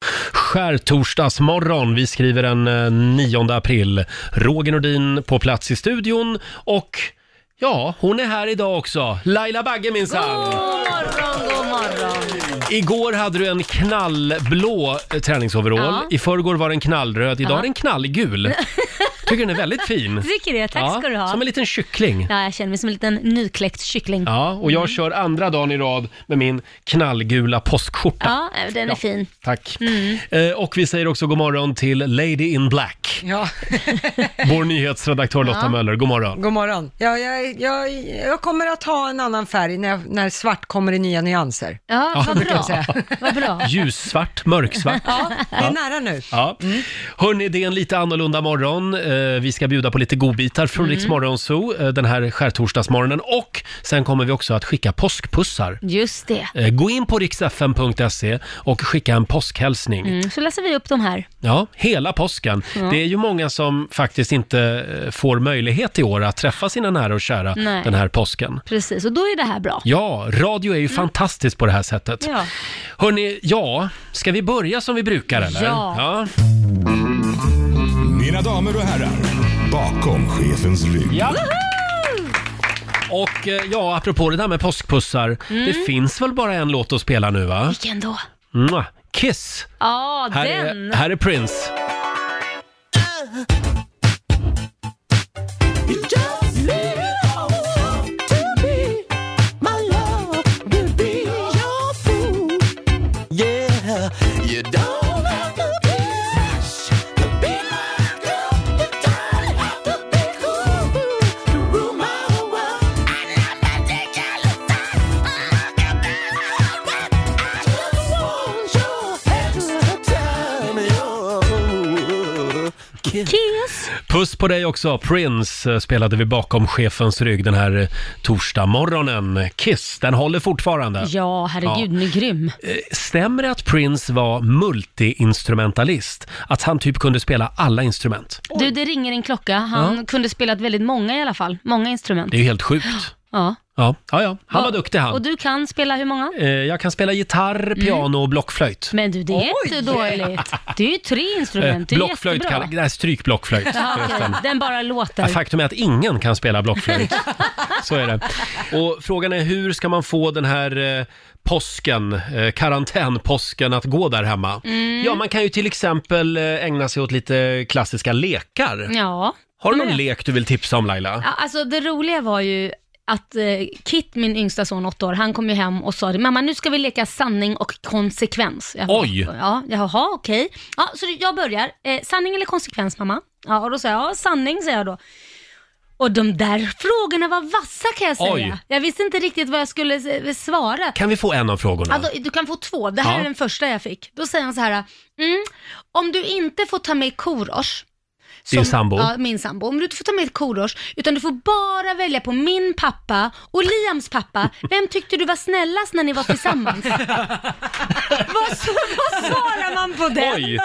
God morgon, god morgon. eh, Igår hade du en knallblå eh, träningsoverall. Ja. I förrgår var den knallröd. Idag Ja. är den knallgul. Tycker den är väldigt fin. Tycker det, tack Mm. Ja, ska du ha. Som en liten kyckling. Ja, jag känner mig som en liten nykläckt kyckling. Ja, och Mm. jag kör andra dagen i rad med min knallgula påskskjorta. Ja, den är Ja. fin. Tack. Mm. Eh, och vi säger också god morgon till Lady in Black. Ja. Vår nyhetsredaktör Lotta Ja. Möller, god morgon. God morgon. Ja, jag, jag, jag kommer att ha en annan färg när, när svart kommer i nya nyanser. Ja, Så vad brukar bra. jag säga. Vad bra. Ljussvart, mörksvart. Ja, det är nära nu. Mm. Ja. Hörni, det är en lite annorlunda morgon. Eh, vi ska bjuda på lite godbitar från Mm. Rix Morgonzoo eh, den här skärtorsdagsmorgonen. Och sen kommer vi också att skicka påskpussar. Just det. Eh, gå in på riksfn.se E och skicka en påskhälsning. Mm, så läser vi upp de här. Ja, hela påsken. Ja. Det är ju många som faktiskt inte eh, får möjlighet i år att träffa sina nära och kära Nej. den här påsken. Precis, och då är det här bra. Ja, radio är ju fantastiskt på det här sättet. Mm. Ja. Hörni, ja, ska vi börja som vi brukar eller? Ja. Mina damer och herrar, bakom chefens rygg. Ja. Och eh, ja, apropå det där med påskpussar. Mm. Det finns väl bara en låt att spela nu va? Vilken då? Mwah. Kiss! Ja, Här den. är, här är Prince. oh, Kiss! Puss på dig också. Prince eh, spelade vi bakom chefens rygg den här eh, torsdagmorgonen. Kiss, den håller fortfarande. Ja, herregud, den är grym. Eh, Stämmer det att Prince var multiinstrumentalist? Att han typ kunde spela alla instrument? Du, det ringer en klocka. Han Ja. kunde spelat väldigt många i alla fall. Många instrument. Det är ju helt sjukt. Ja. Ja, ja, ja. han var Ja, duktig han. Och du Mm. kan spela hur många? Eh, Jag kan spela gitarr, piano och blockflöjt. Men du, det är inte dåligt. Det är ju tre instrument, det Eh, är blockflöjt jättebra. kan... Nej, stryk blockflöjt. Ja, förresten. okej. Den bara låter. Ja, faktum är att ingen kan spela blockflöjt. Så är det. Och frågan är hur ska man få den här eh, påsken, eh, karantänpåsken att gå där hemma? Mm. Ja, man kan ju till exempel eh, ägna sig åt lite klassiska lekar. Ja. Har du någon Men- lek du vill tipsa om Laila? Ja, Alltså det roliga var ju att eh, Kit, min yngsta son, åtta år, han kom ju hem och sa det, mamma nu ska vi leka sanning och konsekvens. Jag bara, Oj. Ja, jaha okej. Ja, så jag börjar. Eh, sanning eller konsekvens mamma? Ja, och då säger jag, ja sanning säger jag då. Och de där frågorna var vassa kan jag säga. Oj. Jag visste inte riktigt vad jag skulle eh, svara. Kan vi få en av frågorna? Ja, då, du kan få två, det här Ja. är den första jag fick. Då säger han så här, mm, om du inte får ta med korosh. Din sambo. Ja, min sambo. Om du inte får ta med ett korosh, utan du får bara välja på min pappa och Liams pappa. Vem tyckte du var snällast när ni var tillsammans? vad, så, vad svarar man på det? Oj!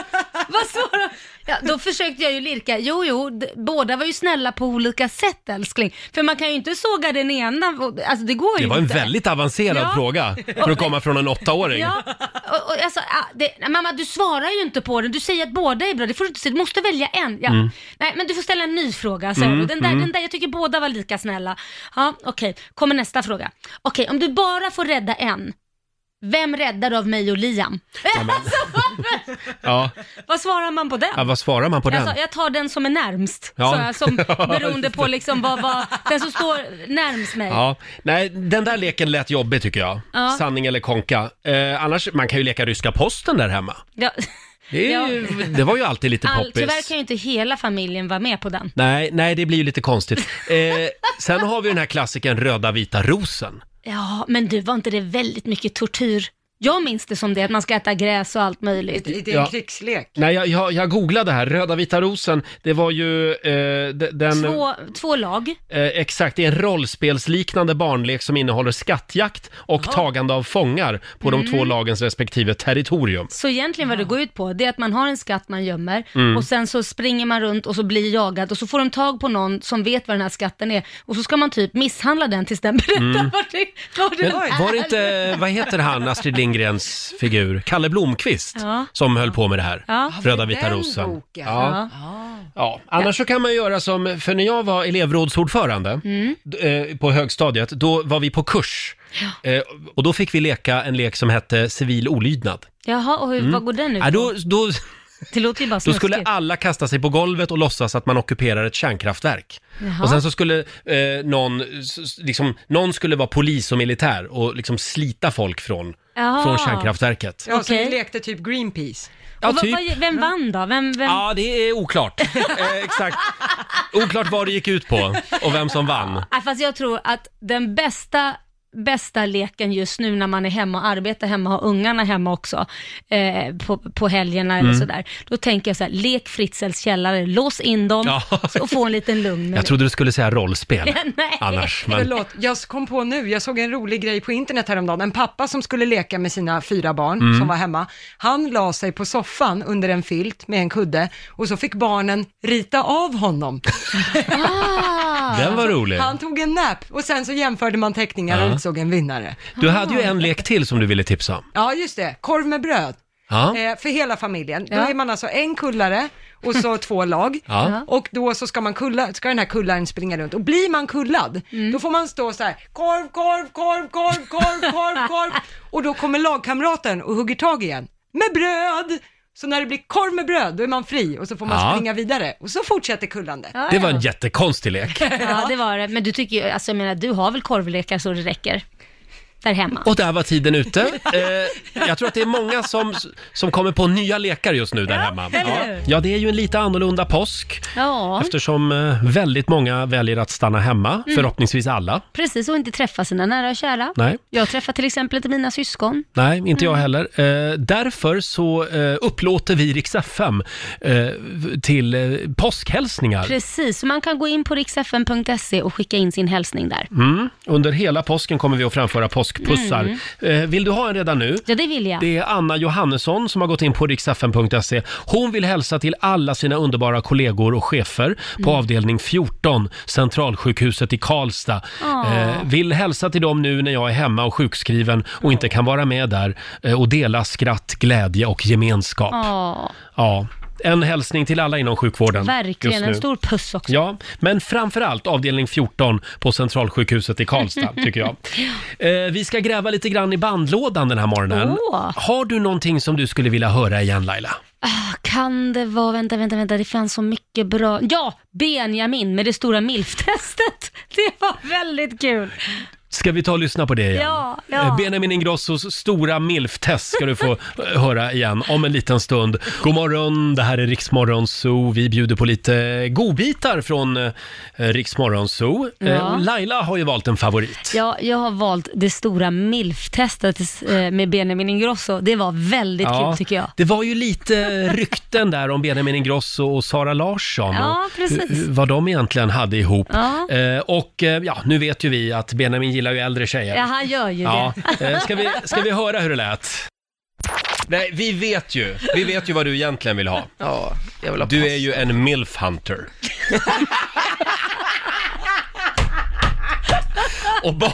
Vad svarar ja, Då försökte jag ju lirka. Jo, jo, d- båda var ju snälla på olika sätt älskling. För man kan ju inte såga den ena. och- Alltså det går ju Det var en inte. väldigt avancerad Ja. fråga för att komma från en åttaåring. Ja, och, och jag sa, ah, det, mamma du svarar ju inte på den, du säger att båda är bra, det får du inte säga, du måste välja en. Ja. Mm. Nej men du får ställa en ny fråga, så Mm, den, där, mm. den där, jag tycker båda var lika snälla. Ja, okej, kommer nästa fråga. Okej, om du bara får rädda en, vem räddar du av mig och Liam? Ja. Vad svarar man på den? Ja, vad svarar man på jag, den? sa, jag tar den som är närmst, Ja. sa jag, som, beroende på liksom vad, vad, den som står närmst mig. Ja, nej, den där leken lät jobbig tycker jag. Ja. Sanning eller konka. Eh, annars, man kan ju leka ryska posten där hemma. Ja. Det, är Ja. ju, det var ju alltid lite All, poppis. tyvärr kan ju inte hela familjen vara med på den. Nej, nej, det blir ju lite konstigt. Eh, sen har vi den här klassikern Röda vita rosen. Ja, men du, var inte det väldigt mycket tortyr? Jag minns det som det, att man ska äta gräs och allt möjligt. Det är en Ja. krigslek. Nej, jag, jag, jag googlade här. Röda vita rosen, det var ju eh, d- den... Två, två lag. Eh, exakt, det är en rollspelsliknande barnlek som innehåller skattjakt och tagande av fångar på de Mm. två lagens respektive territorium. Så egentligen vad det går ut på, det är att man har en skatt man gömmer Mm. och sen så springer man runt och så blir jagad och så får de tag på någon som vet vad den här skatten är och så ska man typ misshandla den tills den berättar Mm. vad det, vad det Men är. var det inte, vad heter han, Astrid Lindgrens figur, Kalle Blomqvist, Ja. som höll på med det här. Ja. Röda vita den rosen. boken. Ja. Ja. Annars så kan man göra som, för när jag var elevrådsordförande Mm. d- eh, på högstadiet, då var vi på kurs. Eh, och då fick vi leka en lek som hette civil olydnad. Jaha, och hur, vad går den ut Ja, Mm. Äh, då, på? då, Det låter ju bara då snuskigt. skulle alla kasta sig på golvet och låtsas att man ockuperar ett kärnkraftverk. Jaha. Och sen så skulle eh, någon, s- s- liksom, någon skulle vara polis och militär och liksom slita folk från, Jaha. från kärnkraftverket. Ja, så Okej. vi lekte typ Greenpeace. Ja, och vad, typ. vad, vem vann då? Vem, vem? Ja, det är oklart. Eh, exakt. Oklart vad det gick ut på och vem som vann. Nej, Äh, Fast jag tror att den bästa bästa leken just nu när man är hemma och arbetar hemma, har ungarna hemma också eh, på, på helgerna Mm. eller sådär. Då tänker jag så här, lek Fritzels källare, lås in dem Ja. och få en liten lugn med Jag trodde du skulle säga rollspel Nej. annars. Men... Förlåt, jag kom på nu, jag såg en rolig grej på internet häromdagen. En pappa som skulle leka med sina fyra barn Mm. som var hemma, han la sig på soffan under en filt med en kudde och så fick barnen rita av honom. det. Ah. Den var rolig. Han tog en nap och sen så jämförde man teckningar och Ja. utsåg en vinnare. Du hade ju en lek till som du ville tipsa om. Ja, just det, korv med bröd. Ja, Eh, för hela familjen. Då Ja. är man alltså en kullare och så två lag. Ja. Och då så ska, man kulla, ska den här kullaren springa runt. Och blir man kullad, Mm. då får man stå så här, korv, korv, korv, korv, korv, korv, korv. Och då kommer lagkamraten och hugger tag igen. Med bröd! Så när det blir korv med bröd, då är man fri och så får man Ja. springa vidare. Och så fortsätter kullandet. Ja, det var ja. en jättekonstig lek. Ja, det var det. Men du tycker ju, alltså jag menar, du har väl korvlekar så det räcker? Där hemma. Och där var tiden ute. Eh, jag tror att det är många som, som kommer på nya lekar just nu där hemma. eller Ja. hur? ja, det är ju en lite annorlunda påsk Ja, Mm. eftersom eh, väldigt många väljer att stanna hemma, förhoppningsvis alla. precis. Och inte träffa sina nära och kära. Nej. Jag träffar till exempel inte mina syskon. Nej, inte Mm. jag heller. Eh, därför så eh, upplåter vi Rix FM eh, till eh, påskhälsningar. Precis, så man kan gå in på riksfn.se och skicka in sin hälsning där. Mm. Under hela påsken kommer vi att framföra påskpussar. Mm. Eh, vill du ha en redan nu? Ja, det vill jag. Det är Anna Johannesson som har gått in på riksfn.se. Hon vill hälsa till alla sina underbara kollegor och chefer på Mm. avdelning 14, Centralsjukhuset i Karlstad. Åh. Eh, vill hälsa till dem nu när jag är hemma och sjukskriven och inte kan vara med där eh, och dela skratt, glädje och gemenskap. Ja, Ja, en hälsning till alla inom sjukvården verkligen. just nu. En stor puss också. Ja, men framförallt avdelning 14 på Centralsjukhuset i Karlstad, tycker jag. Eh, vi ska gräva lite grann i bandlådan den här morgonen. Åh. Har du någonting som du skulle vilja höra igen, Laila? Ah, kan det vara, vänta, vänta, vänta, det fanns så mycket bra. Ja, Benjamin med det stora milftestet. Det var väldigt kul. Ska vi ta och lyssna på det igen? Ja, ja. Eh, Benjamin Ingrossos stora milftest ska du få eh, höra igen om en liten stund. God morgon, det här är Riksmorgon Zoo. Vi bjuder på lite godbitar från eh, Riksmorgon Zoo. Eh, Ja. och Laila har ju valt en favorit. Ja, jag har valt det stora milftestet eh, med Benjamin Ingrosso. Det var väldigt kul tycker jag. Det var ju lite rykten där om Benjamin Ingrosso och Sara Larsson. Ja, och precis. hu- Vad de egentligen hade ihop. Ja. Eh, och eh, ja, nu vet ju vi att Benjamin gillar ju äldre tjejer. Ja, han gör ju Ja. det. Eh, ska, vi, ska vi höra hur det lät? Nej, vi vet ju. Vi vet ju vad du egentligen vill ha. Ja, jag vill ha Du pass. är ju en milf hunter. Och ba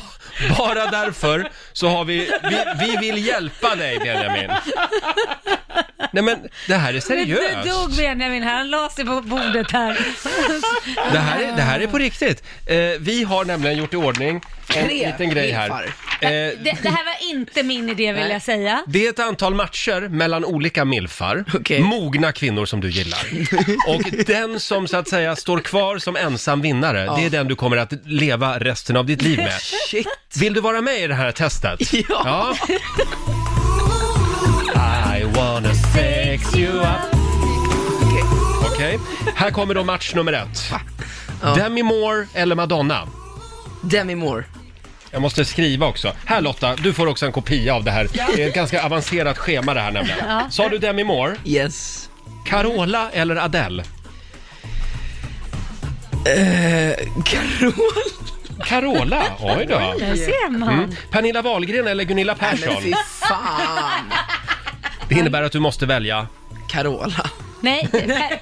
bara därför så har vi, vi, vi vill hjälpa dig Benjamin. Nej men det här är Nu dog seriöst. Benjamin här, han la sig på bordet här. Det här är, det här är på riktigt. Eh, vi har nämligen gjort i ordning en liten grej här. Eh, Det, det här var inte min idé vill jag säga. Det är ett antal matcher mellan olika milfar, Okej. mogna kvinnor som du gillar. Och den som så att säga står kvar som ensam vinnare, det är den du kommer att leva resten av ditt liv med. Shit. Vill du vara med i det här testet? Ja. I wanna sex you up. Okej, här kommer då match nummer ett. Demi Moore eller Madonna? Demi Moore. Jag måste skriva också. Här Lotta, du får också en kopia av det här. Det är ett ganska avancerat schema det här nämligen. Sa du Demi Moore? Yes. Carola eller Adele? Carol. Carola? Oj då. Mm. Där ser man. Pernilla Wahlgren eller Gunilla Men Persson? fy fan. Det innebär att du måste välja. Carola. Nej,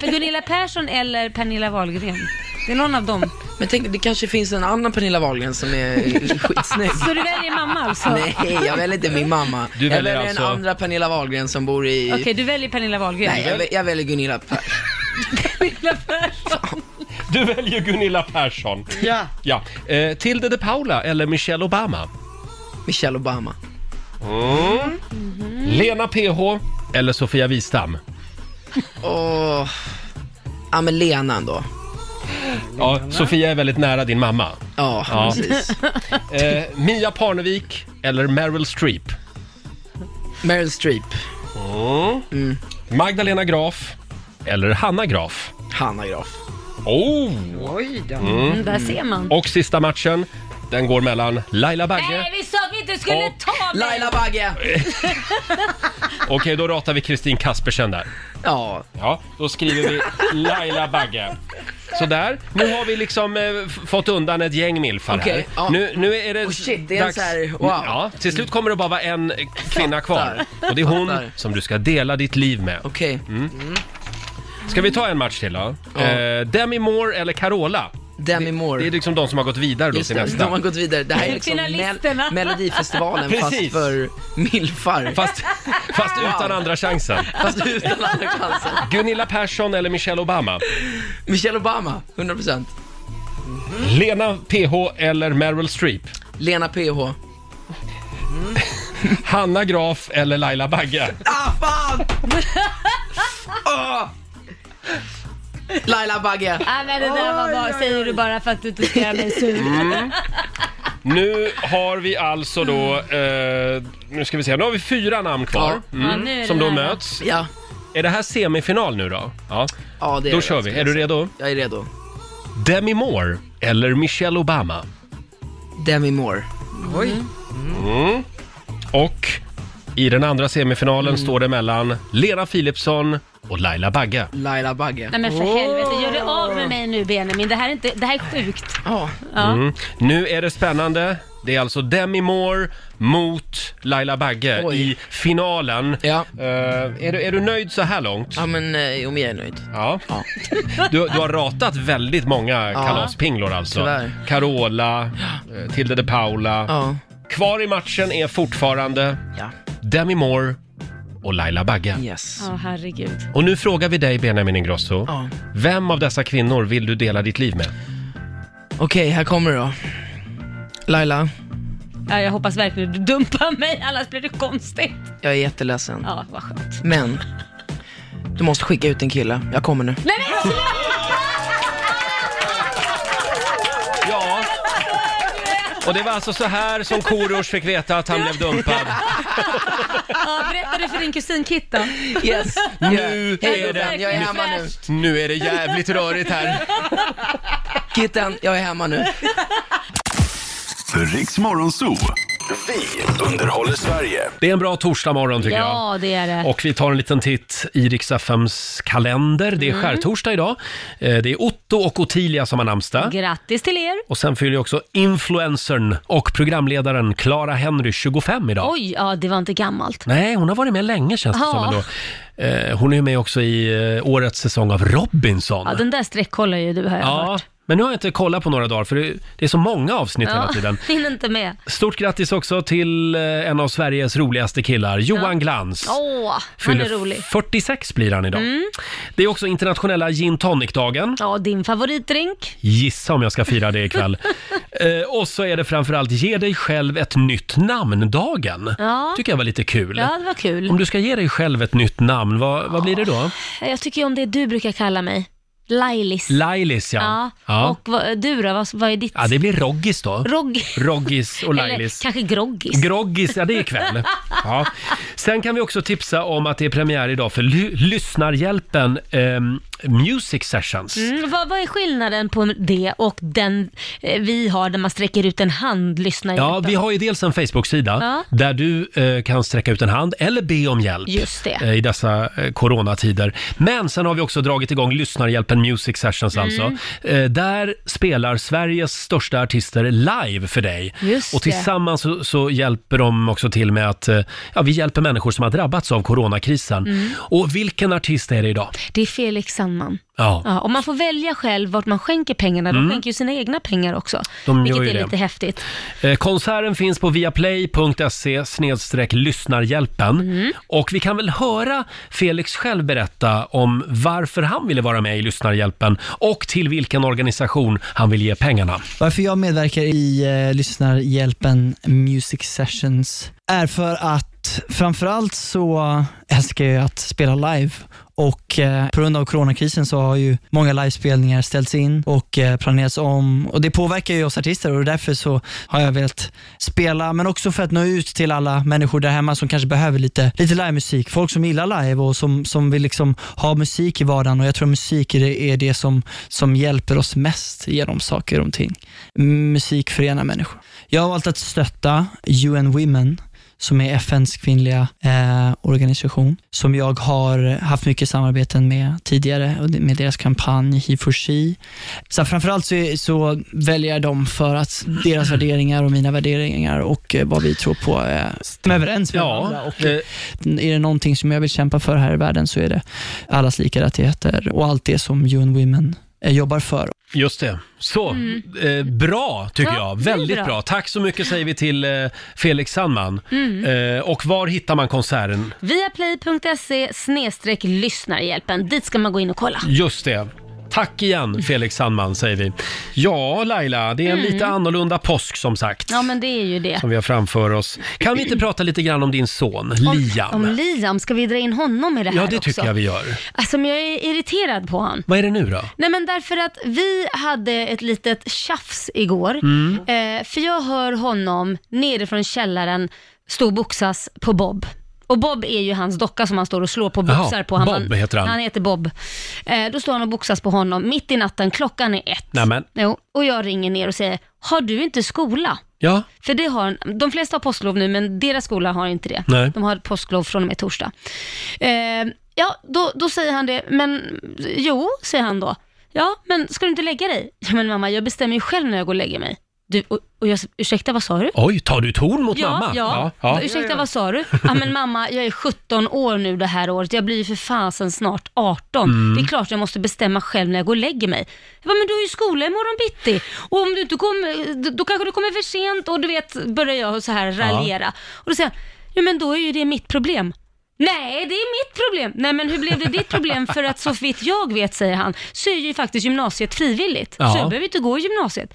per, Gunilla Persson eller Pernilla Wahlgren. Det är någon av dem. Men tänk, det kanske finns en annan Pernilla Wahlgren som är skitsnygg. Så du väljer mamma alltså? Nej, jag väljer inte min mamma. Du jag väljer väljer alltså- den andra Pernilla Wahlgren som bor i... Okej, du väljer Pernilla Wahlgren. Nej, jag, vä- jag väljer Gunilla Persson. Gunilla Persson. Du väljer Gunilla Persson. Ja. Ja. Eh, Tilde de Paula eller Michelle Obama? Mm. Michelle Obama. Lena PH eller Sofia Wistam? Åh... Ja men Lena ändå. Ja, Sofia är väldigt nära din mamma. Ja, Ja. precis. Eh, Mia Parnevik eller Meryl Streep? Meryl Streep. Mm. Mm. Magdalena Graf eller Hanna Graf? Hanna Graf. Oh! Oj då. Mm, där ser man. Och sista matchen, den går mellan Laila Nej, Bagge. vi sa att vi inte skulle Och- ta mig! Laila Bagge! Okej, då ratar vi Kristin Kaspersen där. Ja, Ja, då skriver vi Laila Bagge. Sådär, nu har vi liksom eh, f- fått undan ett gäng milfar här. Okej, ja. Nu, nu är det Oh shit, det är en så här- wow. Ja, till slut kommer det bara vara en eh, kvinna kvar. Och det är hon Fattar. som du ska dela ditt liv med. okej. Ska vi ta en match till då? Ja. Eh, Demi Moore eller Carola? Demi Moore. Det är liksom de som har gått vidare då Just till det, de har nästa. gått vidare. Det här är liksom Finalisterna. Mel- Melodifestivalen fast Precis. för milfar. Fast, fast utan andra chansen. Fast utan andra chansen. Gunilla Persson eller Michelle Obama? Michelle Obama, 100%. Lena PH eller Meryl Streep? Lena PH. Hanna Graf eller Laila Bagge? Ah, fan! Ah. Åh! Laila Bagge. Ah, men det där var bara, säger du bara för att du inte ska göra mig sur. Mm. Nu har vi alltså då, eh, nu ska vi se, nu har vi fyra namn kvar. Ja. Ja, nu är det Mm. Som då nära. möts. Ja, Är det här semifinal nu då? Ja, ja det är då det. kör vi. Är du redo? Jag är redo. Demi Moore eller Michelle Obama? Demi Moore. Oj. Mm. Och i den andra Mm. semifinalen står det mellan Lena Philipsson och Laila Bagge. Laila Bagge. Nej men för helvete, gör dig av med mig nu Benjamin. Det här är, inte, det här är sjukt. Ja, Ja. Mm. Nu är det spännande. Det är alltså Demi Moore mot Laila Bagge Oj. i finalen. Ja. Eh, är, du, är du nöjd så här långt? ja men eh, jo, men jag är nöjd. Ja. Ja. Du, du har ratat väldigt många kalaspinglor alltså. tyvärr. Carola, eh, Tilde de Paula. Ja. Kvar i matchen är fortfarande Ja, Demi Moore och Laila Bagge. yes. Ja, herregud. Och nu frågar vi dig Benjamin Ingrosso. Ja. Vem av dessa kvinnor vill du dela ditt liv med? Okej, här kommer det då. Laila, Ja, jag hoppas verkligen du dumpar mig, annars blir det konstigt. jag är jätteledsen. Ja, vad skönt. Men, du måste skicka ut en kille. Jag kommer nu. Nej men Ja. Och det var alltså så här som Korosh fick veta att han blev dumpad. ja, berätta det för din kusin Kit då. Yes. Nu är det... Jag är hemma nu. Nu är det jävligt rörigt här. Kitten, jag är hemma nu. Riks Morgonzoo. Vi underhåller Sverige. Det är en bra torsdagmorgon tycker jag. Ja, det är det. Och vi tar en liten titt i Riks-FMs kalender. Det är Mm. skärtorsdag idag. Eh, Det är Otto och Ottilia som har namnsdag. Grattis till er. Och sen fyller ju också influencern och programledaren Clara Henry 25 idag. Oj, ja det var inte gammalt. Nej, hon har varit med länge känns det Ja. som ändå. Eh, Hon är ju med också i eh, årets säsong av Robinson. Ja, den där streckkollar ju du har jag Ja, hört. men nu har jag inte kollat på några dagar för det- det är så många avsnitt hela Ja, tiden. hinner inte med. Stort grattis också till eh, en av Sveriges roligaste killar, Johan Glans. Åh, han är rolig. Mm. 46 blir han idag. Det är också internationella gin tonic-dagen. Ja, din favoritdrink. Gissa om jag ska fira det ikväll. eh, och så är det framförallt ge dig själv ett nytt namn-dagen. Ja. tycker jag var lite kul. Ja, det var kul. Om du ska ge dig själv ett nytt namn, vad, vad blir det då? Jag tycker ju om det du brukar kalla mig. Lailis. Lailis ja. ja. Och vad, du då, vad, vad är ditt? ja, det blir Roggis då. Rogg. Roggis och Eller Lailis. kanske groggis. Groggis, ja det är ikväll. Ja. Sen kan vi också tipsa om att det är premiär idag för ly- Lyssnarhjälpen ehm, Music Sessions. Mm, vad, vad är skillnaden på det och den eh, vi har där man sträcker ut en hand, lyssnar Ja, hjälpen? vi har ju dels en Facebook-sida Ja. där du eh, kan sträcka ut en hand eller be om hjälp Just det. eh, i dessa eh, coronatider. Men sen har vi också dragit igång Lyssnarhjälpen Music Sessions Mm. alltså. Eh, där spelar Sveriges största artister live för dig. Just och det. tillsammans så, så hjälper de också till med att eh, ja, vi hjälper människor som har drabbats av coronakrisen. Mm. Och vilken artist är det idag? Det är Felix Sandman. Ja. Ja, och man får välja själv vart man skänker pengarna. De skänker ju sina egna pengar också. Mm. De gör vilket ju är det. lite häftigt. Eh, Konserten finns på viaplay.se snedstreck lyssnarhjälpen. Mm. Och vi kan väl höra Felix själv berätta om varför han ville vara med i lyssnarhjälpen och till vilken organisation han vill ge pengarna. Varför jag medverkar i eh, Lyssnarhjälpen Music Sessions är för att framförallt så älskar jag att spela live och eh, på grund av coronakrisen så har ju många livespelningar ställts in och eh, planerats om och det påverkar ju oss artister och därför så har jag velat spela men också för att nå ut till alla människor där hemma som kanske behöver lite, lite livemusik. Folk som gillar live och som, som vill liksom ha musik i vardagen och jag tror musik är det, är det som, som hjälper oss mest genom saker och ting. Musik förenar människor. Jag har valt att stötta UN Women som är FNs kvinnliga eh, organisation, som jag har haft mycket samarbeten med tidigare, och det- med deras kampanj He for She. Så framförallt så, är- så väljer jag dem för att deras värderingar och mina värderingar och eh, vad vi tror på eh, stämmer överens med varandra. Och, eh, är det någonting som jag vill kämpa för här i världen så är det allas lika rättigheter och allt det som UN Women eh, jobbar för. Just det. Så, eh, bra tycker Mm. Ja, jag. det är Väldigt bra. bra. Tack så mycket säger vi till eh, Felix Sandman. Mm. Eh, och var hittar man konserten? Viaplay.se snedstreck lyssnarhjälpen. Dit ska man gå in och kolla. Just det. Tack igen Felix Sandman säger vi. Ja, Laila, det är en Mm. lite annorlunda påsk som sagt. Ja, men det är ju det. Som vi har framför oss. Kan vi inte prata lite grann om din son, Liam? Om Liam, ska vi dra in honom i det här ja, det också? tycker jag vi gör. Alltså, men jag är irriterad på han. Vad är det nu då? Nej men därför att vi hade ett litet tjafs igår. Mm. Eh, för jag hör honom nerifrån källaren stå och boxas på Bob. Och Bob är ju hans docka som han står och slår på och Jaha, boxar på. Han, Bob heter han. Han heter Bob. Eh, då står han och boxas på honom mitt i natten, klockan är ett. Nämen. Jo, och jag ringer ner och säger, har du inte skola? Ja, För det har, de flesta har påsklov nu, men deras skola har inte det. Nej. De har påsklov från och med torsdag. Eh, ja, då, då säger han det, men jo, säger han då. Ja, men ska du inte lägga dig? Ja, men mamma, jag bestämmer ju själv när jag går och lägger mig. Du, och, och jag, ursäkta, vad sa du? oj, tar du ton mot Ja, mamma? ja. ja. Ursäkta, vad sa du? Ja, men mamma, jag är 17 år nu det här året. Jag blir ju för fasen snart 18. Mm. Det är klart jag måste bestämma själv när jag går och lägger mig. Jag bara, men du har ju skola imorgon bitti. Och om du inte kommer, då- då kanske du kommer för sent och du vet, börjar jag så här raljera. Och då säger han, ja men då är ju det mitt problem. Nej, det är mitt problem. Nej, men hur blev det ditt problem? För att så vitt jag vet, säger han, så är ju faktiskt gymnasiet frivilligt. Ja. Så jag behöver inte gå i gymnasiet.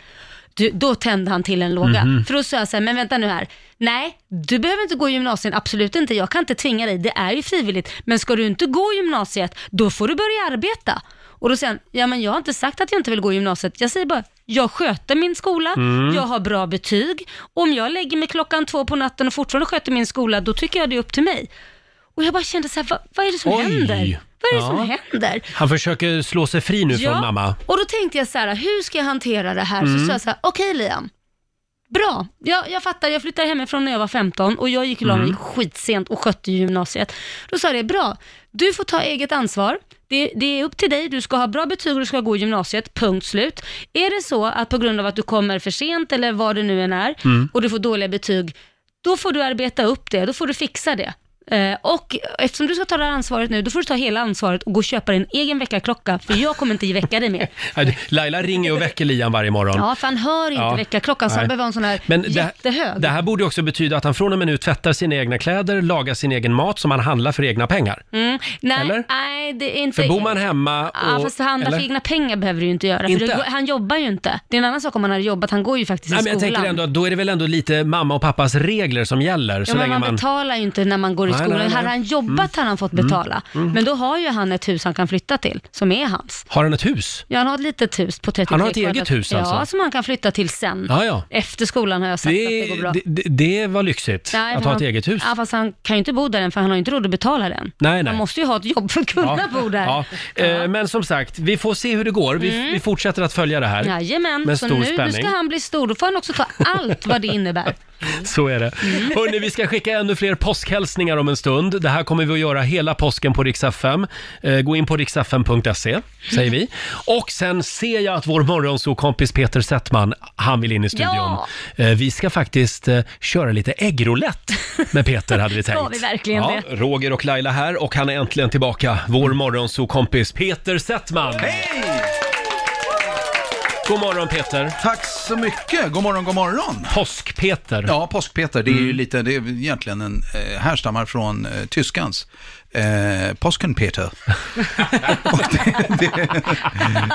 Du, då tände han till en låga. Mhm. För då sa jag så här, men vänta nu här. Nej, du behöver inte gå i gymnasiet, absolut inte. Jag kan inte tvinga dig, det är ju frivilligt. Men ska du inte gå i gymnasiet, då får du börja arbeta. Och då säger han, ja men jag har inte sagt att jag inte vill gå i gymnasiet. Jag säger bara, jag sköter min skola, Mm. jag har bra betyg. Om jag lägger mig klockan två på natten och fortfarande sköter min skola, då tycker jag det är upp till mig. Och jag bara kände så här, vad, vad är det som Oj. händer? Vad är det som Ja. händer? Han försöker slå sig fri nu från mamma. Mm. Och då tänkte jag så här, hur ska jag hantera det här? Så sa jag så här, okej Liam, bra, jag, jag fattar, jag flyttade hemifrån när jag var 15 och jag gick och la Mm. mig skitsent och skötte ju gymnasiet. Då sa det, bra, du får ta eget ansvar. Det, det är upp till dig, du ska ha bra betyg och du ska gå i gymnasiet, punkt slut. Är det så att på grund av att du kommer för sent eller vad det nu än är Mm. och du får dåliga betyg, då får du arbeta upp det, då får du fixa det. Eh, och eftersom du ska ta det här ansvaret nu, då får du ta hela ansvaret och gå och köpa din egen väckarklocka, för jag kommer inte väcka dig mer. Nej, du, Laila ringer och väcker Liam varje morgon. Ja, för han hör inte Ja. väckarklockan, så Nej. han behöver ha en sån här Men det, jättehög. det här borde ju också betyda att han från och med nu tvättar sina egna kläder, lagar sin egen mat som han handlar för egna pengar. mm. nej, eller? nej, det är inte... För bor man hemma och... Ja, fast handla för eller? egna pengar behöver du ju inte göra. Inte? För det, han jobbar ju inte. Det är en annan sak om han hade jobbat, han går ju faktiskt Nej, i men jag skolan. tänker ändå att då är det väl ändå lite mamma och pappas regler som gäller så ja, men länge man, man... betalar ju inte när man går i Nej, skolan. nej, nej. Mm. Hade han jobbat hade han fått betala. Men då har ju han ett hus han kan flytta till, som är hans. Har han ett hus? Ja, han har ett litet hus på 33 Han har ett kvadrat. eget hus alltså? Ja, som han kan flytta till sen. Ja, ja. Efter skolan har jag sagt att det Det, går bra. det, det, det var lyxigt Nej, att för ha ett han- eget hus. Ja, fast han kan ju inte bo där än, för han har ju inte råd att betala den. Nej, nej. Han måste ju ha ett jobb för att kunna bo där. Mm. Ja. Eh, Men som sagt, vi får se hur det går. Vi, vi fortsätter att följa det här. Jajamän, Med så stor nu spänning. ska han bli stor. Då får han också ta allt vad det innebär. Så är det. Mm. Hörni, vi ska skicka ännu fler påskhälsningar om en stund. Det här kommer vi att göra hela påsken på Rix FM. Eh, Gå in på riksfm.se, säger vi. Och sen ser jag att vår morgonsokompis Peter Settman, han vill in i studion. Ja. Eh, Vi ska faktiskt eh, köra lite äggrolett med Peter, hade vi tänkt. vi verkligen ja, det? Mm. Roger och Laila här och han är äntligen tillbaka. Vår morgonsokompis Peter Settman. God morgon Peter! Tack så mycket. God morgon, god morgon. Påsk-Peter. Ja, påskpeter, det är Mm. ju lite, det är egentligen en, eh, härstammar från eh, tyskans. Eh, påskenpeter. och det, det,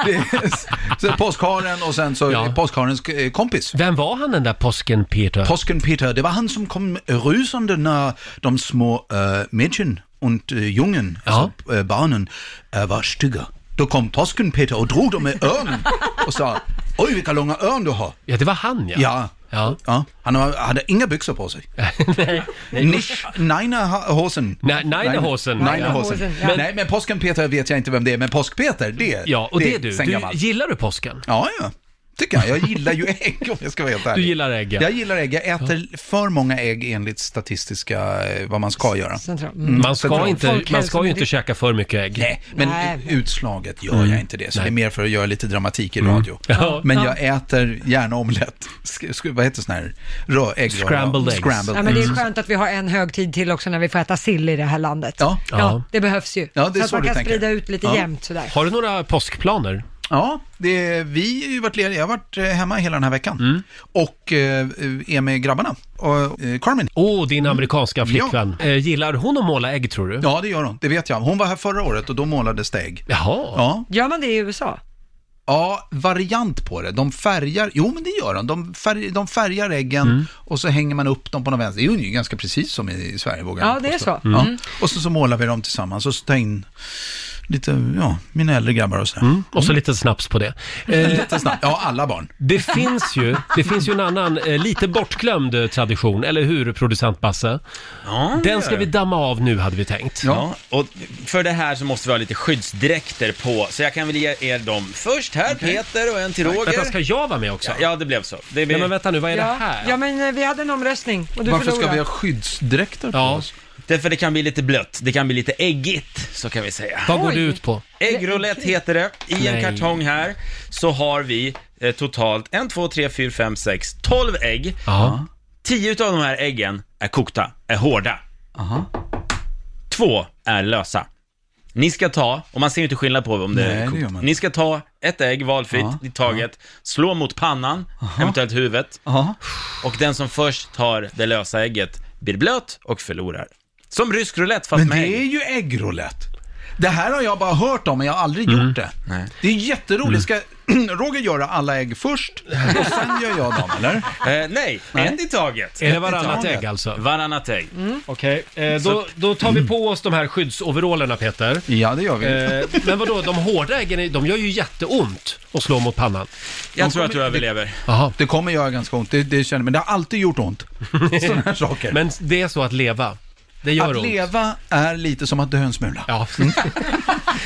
det är så påskharen och sen så Ja. påskharens eh, kompis. Vem var han den där påsken-Peter? Påskenpeter, det var han som kom rusande när de små eh, mädchen och eh, jungen, alltså eh, barnen, eh, var stygga. Då kom Påskenpeter och drog dem med öronen och sa, oj vilka långa öron du har. ja, det var han ja. Ja. Ja. Ja, han har- hade inga byxor på sig. Nicht Neinerhosen. Nej, Neinerhosen. Neinerhosen. Ja. Nej, men Påsken-Peter vet jag inte vem det är, men Påsk-Peter, det Ja, och det, är du. sen du gammalt. gillar du påsken? Ja, ja. Tycker jag. Jag gillar ju ägg om jag ska vara helt ärlig. Du gillar ägg, ja. Jag gillar ägg. Jag äter för många ägg enligt statistiska, eh, vad man ska göra. Central. Mm. Man ska, central. inte, man ska ju inte käka för mycket ägg. Mm. Nej, men Nej. utslaget gör jag inte det. Så det är mer för att göra lite dramatik i radio. Ja. Men jag äter gärna omelett. Sk- sk- vad heter sån här? Rö, äggröra. Scrambled eggs. Scrambled Ja, men det är skönt att vi har en högtid till också när vi får äta sill i det här landet. Ja. ja. det behövs ju. Ja, det är så att så man du kan tänker. sprida ut lite Ja. jämnt sådär. Har du några påskplaner? Ja, det, vi har ju varit lediga. Jag har varit eh, hemma hela den här veckan. Mm. Och eh, är med grabbarna. Och eh, Carmen. Mm. Åh, din amerikanska flickvän. Eh, gillar hon att måla ägg, tror du? Ja, det gör hon. Det vet jag. Hon var här förra året och då målade steg. Jaha. Ja. Gör man det i USA? ja, variant på det. De färgar, jo men det gör de. De, färg, de färgar äggen Mm. och så hänger man upp dem på någon vänster. Det är ju ganska precis som i Sverige, vågar jag Ja, det är påstå. så. Mm. Ja. Och så, så målar vi dem tillsammans och så tar jag in lite, ja, mina äldre grabbar och sådär. Mm, Och så lite snaps på det. Eh, Lite snabbt. Ja, alla barn. det, finns ju, det finns ju en annan, eh, lite bortglömd eh, tradition, eller hur, producent Basse? Den ska vi damma av nu, hade vi tänkt. Ja, och för det här så måste vi ha lite skyddsdräkter på, så jag kan väl ge er dem först här, Peter och en till Vänta, Roger. ska jag vara med också? Ja, det blev så. Det blir... Nej, men vänta nu, vad är det Ja. här? ja, men eh, vi hade en omröstning och du Varför ska förlorade. vi ha skyddsdräkter på Ja. oss? Därför det kan bli lite blött, det kan bli lite äggigt, så kan vi säga. Vad går Oj. det ut på? Äggrulett heter det. I en Nej. kartong här så har vi eh, totalt 1, 2, 3, 4, 5, 6, 12 ägg. Ja. 10 utav de här äggen är kokta, är hårda. Två är lösa. Ni ska ta, och man ser ju inte skillnad på om det Nej, är det kokt. gör man inte. Ni ska ta ett ägg valfritt Ja, i taget, slå mot pannan, eventuellt huvudet, Ja. och den som först tar det lösa ägget blir blöt och förlorar. Som rysk roulette fast Men med det är ägg. ju Eh, äggrulett. Det här har jag bara hört om, men jag har aldrig Mm. gjort det. Nej. Det är jätteroligt. Ska Roger göra alla ägg först och sen gör jag dem, eller? Eh, nej, ett i taget. Är Ett det i varannat taget. Mm. ägg alltså? Varannat ägg. Okej, eh, då, då tar vi på oss de här skyddsoverallerna Peter. Ja, det gör vi. Eh, men vadå, de hårda äggen, är- de gör ju jätteont att slå mot pannan. Jag tror att du överlever. Jaha. Det kommer göra ganska ont, det, det känner men det har alltid gjort ont. Sådana här saker. Men det är så att leva, det gör att ont. leva är lite som att dö en smula. Mm. Ja.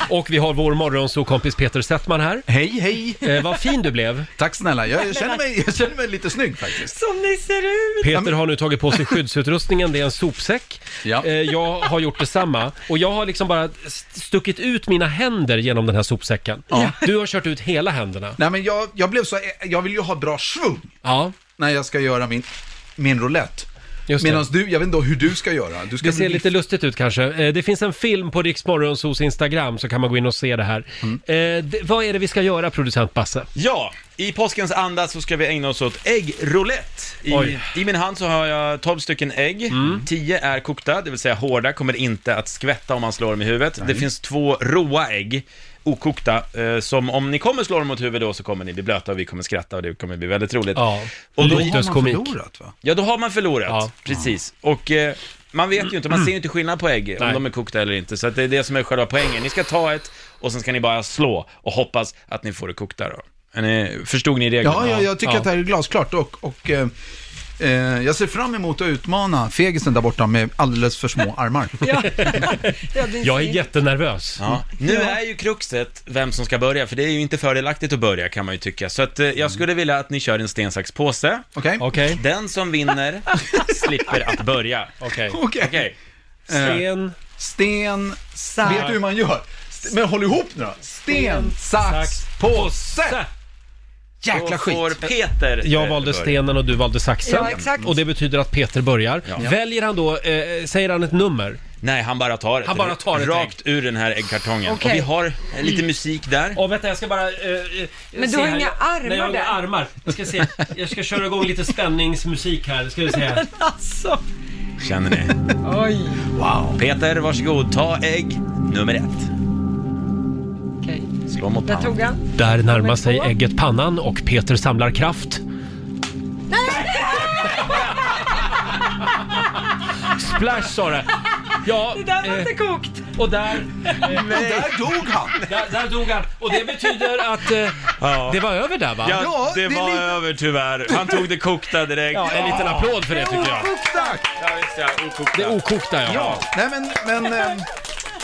Och vi har vår morgonsåkompis Peter Settman här. Hej, hej! Eh, vad fin du blev. Tack snälla, jag, jag, känner mig, jag känner mig lite snygg faktiskt. Som ni ser ut! Peter har nu tagit på sig skyddsutrustningen, det är en sopsäck. Ja. Eh, jag har gjort detsamma. Och jag har liksom bara st- stuckit ut mina händer genom den här sopsäcken. Du har kört ut hela händerna. Nej, men jag, jag blev så, jag vill ju ha bra svung Ja, när jag ska göra min, min roulette. just det. Medan du, jag vet inte hur du ska göra. Du ska Det ser bli- lite lustigt ut kanske. Eh, Det finns en film på Rix Morgonzos Instagram så kan man gå in och se det här. Mm. Eh, det- vad är det vi ska göra, producent Basse? Ja, i påskens anda så ska vi ägna oss åt äggroulette. I, Oj. Mm. I min hand så har jag 12 stycken ägg, 10 är kokta, det vill säga hårda, kommer inte att skvätta om man slår dem i huvudet. Det finns två råa ägg, okokta, eh, som om ni kommer slå dem mot huvudet då så kommer ni bli blöta och vi kommer skratta och det kommer bli väldigt roligt. Ja, Och då- har man lotuskomik. förlorat va? Ja, då har man förlorat. Ja. Precis. Och eh, man vet ju inte, man ser ju inte skillnad på ägg, Nej. om de är kokta eller inte. Så att det är det som är själva poängen. Ni ska ta ett och sen ska ni bara slå och hoppas att ni får det kokta då. Är ni, förstod ni reglerna? Ja, ja jag tycker Ja. att det här är glasklart och, och eh, Eh, jag ser fram emot att utmana fegisen där borta med alldeles för små armar. Ja. Ja, din Jag är fin. jättenervös. Ja. Nu är ju kruxet vem som ska börja, för det är ju inte fördelaktigt att börja kan man ju tycka. Så att eh, jag skulle vilja att ni kör en sten, sax, påse. Okej? Okej. Den som vinner slipper att börja. Okej. Okej. Okej. Sten, Eh, Sten, Sax. vet du hur man gör? St- Men håll ihop nu då. Sten, sax, påse! Jäkla Då får skit. Peter eh, jag valde börja. stenen och du valde saxen. Ja, exakt. Och det betyder att Peter börjar. Väljer han då, eh, säger han ett nummer? Nej, han bara tar det. Han bara tar ett Rakt ur den här äggkartongen. Okej. Och vi har eh, lite musik där. Åh, Mm. vänta, jag ska bara... eh, eh, Men se du har här. inga armar Nej, jag har inga där. armar. Jag ska, se. jag ska köra igång lite spänningsmusik här, ska vi se. Alltså. Känner ni? Oj. Peter, varsågod. Ta ägg nummer ett. Okej. Slå mot Där tog pannan. han. Där närmar Nummer sig två. ägget pannan och Peter samlar kraft. Splash sa det. Ja, Det där var eh, inte kokt. och där, eh, Där dog han. där, där dog han. Och det betyder att eh, Ja. det var över där va? Ja, Ja, det, det är var lite- över tyvärr. Han tog det kokta direkt. Ja, en liten applåd för det tycker jag. Tack. Ja, just det. Okokta. Det är okokta ja. Ja, nej men, men ehm,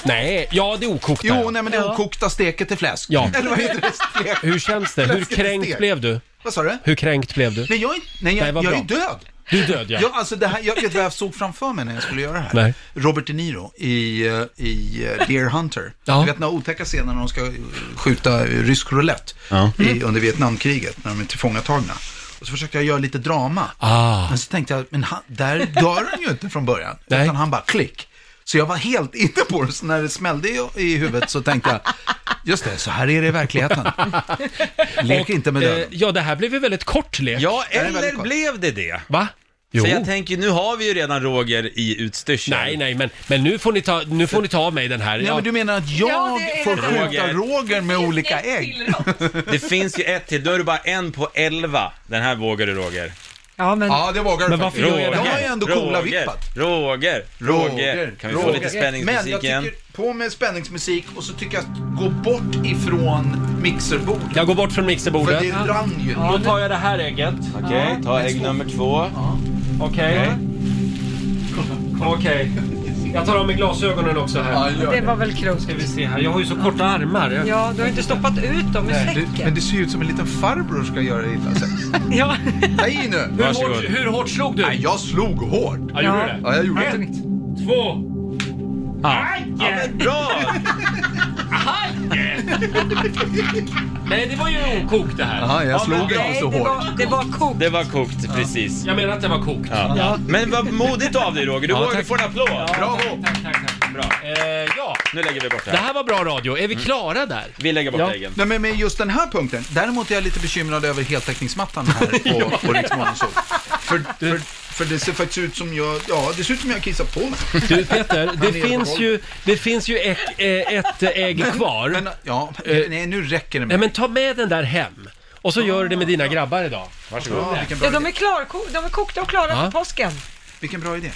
Nej, ja det är okokta. jo, ja. nej men det okokta steket till fläsk. Ja. ehm, Eller vad heter det? Stek? Hur känns det? Hur Fläskigt kränkt steg. blev du? Vad sa du? Hur kränkt blev du? Nej, jag är, inte- nej, Nej, jag, vad jag är bra. ju död. Du är död ja. Ja, alltså det här, jag vet vad jag såg framför mig när jag skulle göra det här. Nej. Robert De Niro i, eh, i eh, Deer Hunter. Ja. Du vet den här otäcka scenen när de ska eh, skjuta eh, rysk roulette i, under Vietnamkriget, när de är tillfångatagna. Och så försökte jag göra lite drama. Ah. Men så tänkte jag, men han, där dör han ju inte från början. Nej. Utan han bara klick. Så jag var helt inne på det, så när det smällde i, i huvudet så tänkte jag, just det, så här är det i verkligheten. Lek inte med Eh, döden. ja, det här blev ju väldigt kort lek. Ja, är väldigt eller kort. blev det det? Va? Jo. För jag tänker, nu har vi ju redan Roger i utstyrseln. Nej, nej, men, men nu, får ni ta, nu får ni ta av mig den här. Ja, Ja, men du menar att jag Ja, det är får det. skjuta Roger. Roger med olika ägg? Det finns ju ett till, då är det bara en på elva. Den här vågar du Roger. Ja, men Ja, det vågar du Men faktiskt. varför gör jag Jag det? har ju ändå coola vippat. Roger, Roger, Roger. Kan vi få Roger. lite Men spänningsmusik jag igen? tycker, på med spänningsmusik och så tycker jag att gå bort ifrån mixerbordet. Jag går bort från För mixerbordet. det rann ju. Då tar jag det här ägget. Okej, ta ägg nummer två. Okej. Okej. Jag tar av mig glasögonen också här. Ja, gör det det. var väl klokt. Ska vi se här. Jag har ju så korta armar. Jag... Ja, du har inte stoppat ut dem i Du, men säcken. det ser ju ut som en liten farbror ska göra illa sig. Ja. Ta i nu! Hur, Varsågod. hårt, hur hårt slog du? Nej, jag slog hårt. Ja, gjorde Ja. du det? Ja, jag gjorde det. Ett, två... Ja, men bra! Nej, det var ju okokt det här. Jaha, jag men- slog inte så det hårt. var, det var kokt. Det var kokt, precis. Jag menar att det var kokt. Ja. Men vad modigt av dig Roger, du vågar tack. få en applåd. Bravo! Tack, tack, tack. Bra. Eh, ja, Nu lägger vi bort det det här. Mm. här var bra radio. Är vi klara där? Vi lägger bort Ja. äggen. Nej, men med just den här punkten. Däremot är jag lite bekymrad över heltäckningsmattan här på, på Rix Morgonzoo. För, för, för det ser faktiskt ut som jag, ja, det ser ut som jag kissar på mig. Du Peter, det är på finns ju, det finns ju ett, eh, ett ägg kvar. Eh, Men, ja, nej, nu räcker det Nej med. men ta med den där hem. Och så gör du det med dina grabbar idag. Ja, vilken, bra Ja, de idé. är, klar, ko- de är kokta och klara Ja. för påsken. vilken bra idé.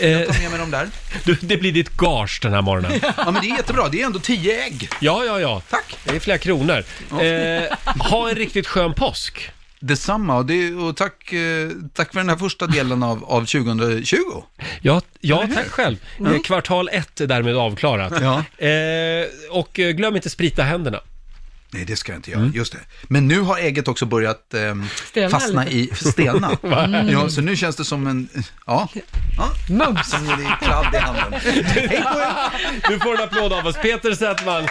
Eh, Ta med mig dem där. du, det blir ditt gage den här morgonen. Ja, men det är jättebra. Det är ändå tio ägg. Ja, ja, ja. Tack. Det är flera kronor. Eh, ha en riktigt skön påsk. Detsamma. Och, det, och tack, eh, tack för den här första delen av, av 2020. Ja, ja tack själv. Eh, kvartal ett är därmed avklarat. Mm. Ja. Eh, och eh, glöm inte sprita händerna. Mm. Nej, det ska jag inte göra. Just det. Men nu har ägget också börjat ehm, Stelna fastna i stelna. Mm. ja, så nu känns det som en... Ja. ja. Mums! Som det är kladd i handen. Hej på er! Du får en applåd av oss, Peter Settman.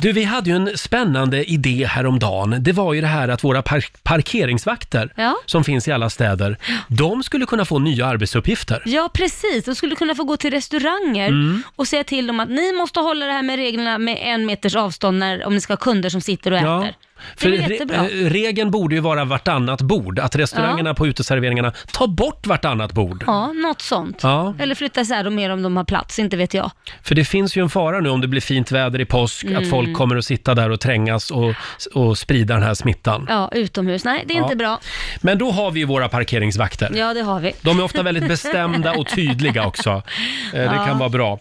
Du, vi hade ju en spännande idé häromdagen. Det var ju det här att våra par- parkeringsvakter Ja. som finns i alla städer, de skulle kunna få nya arbetsuppgifter. Ja, precis. De skulle kunna få gå till restauranger Mm. och säga till dem att ni måste hålla det här med reglerna med en meters avstånd när, om ni ska ha kunder som sitter och äter. För det är väl jättebra. re- eh, regeln borde ju vara vartannat bord, att restaurangerna på uteserveringarna tar bort vartannat bord. Ja, något sånt. Ja. Eller flytta isär dem mer om de har plats, inte vet jag. För det finns ju en fara nu om det blir fint väder i påsk, Mm. att folk kommer att sitta där och trängas och, och sprida den här smittan. Ja, utomhus. Nej, det är Ja. inte bra. Men då har vi ju våra parkeringsvakter. Ja, det har vi. De är ofta väldigt bestämda och tydliga Mm. också. Eh, Det kan vara bra.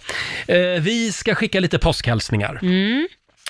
Eh, Vi ska skicka lite påskhälsningar.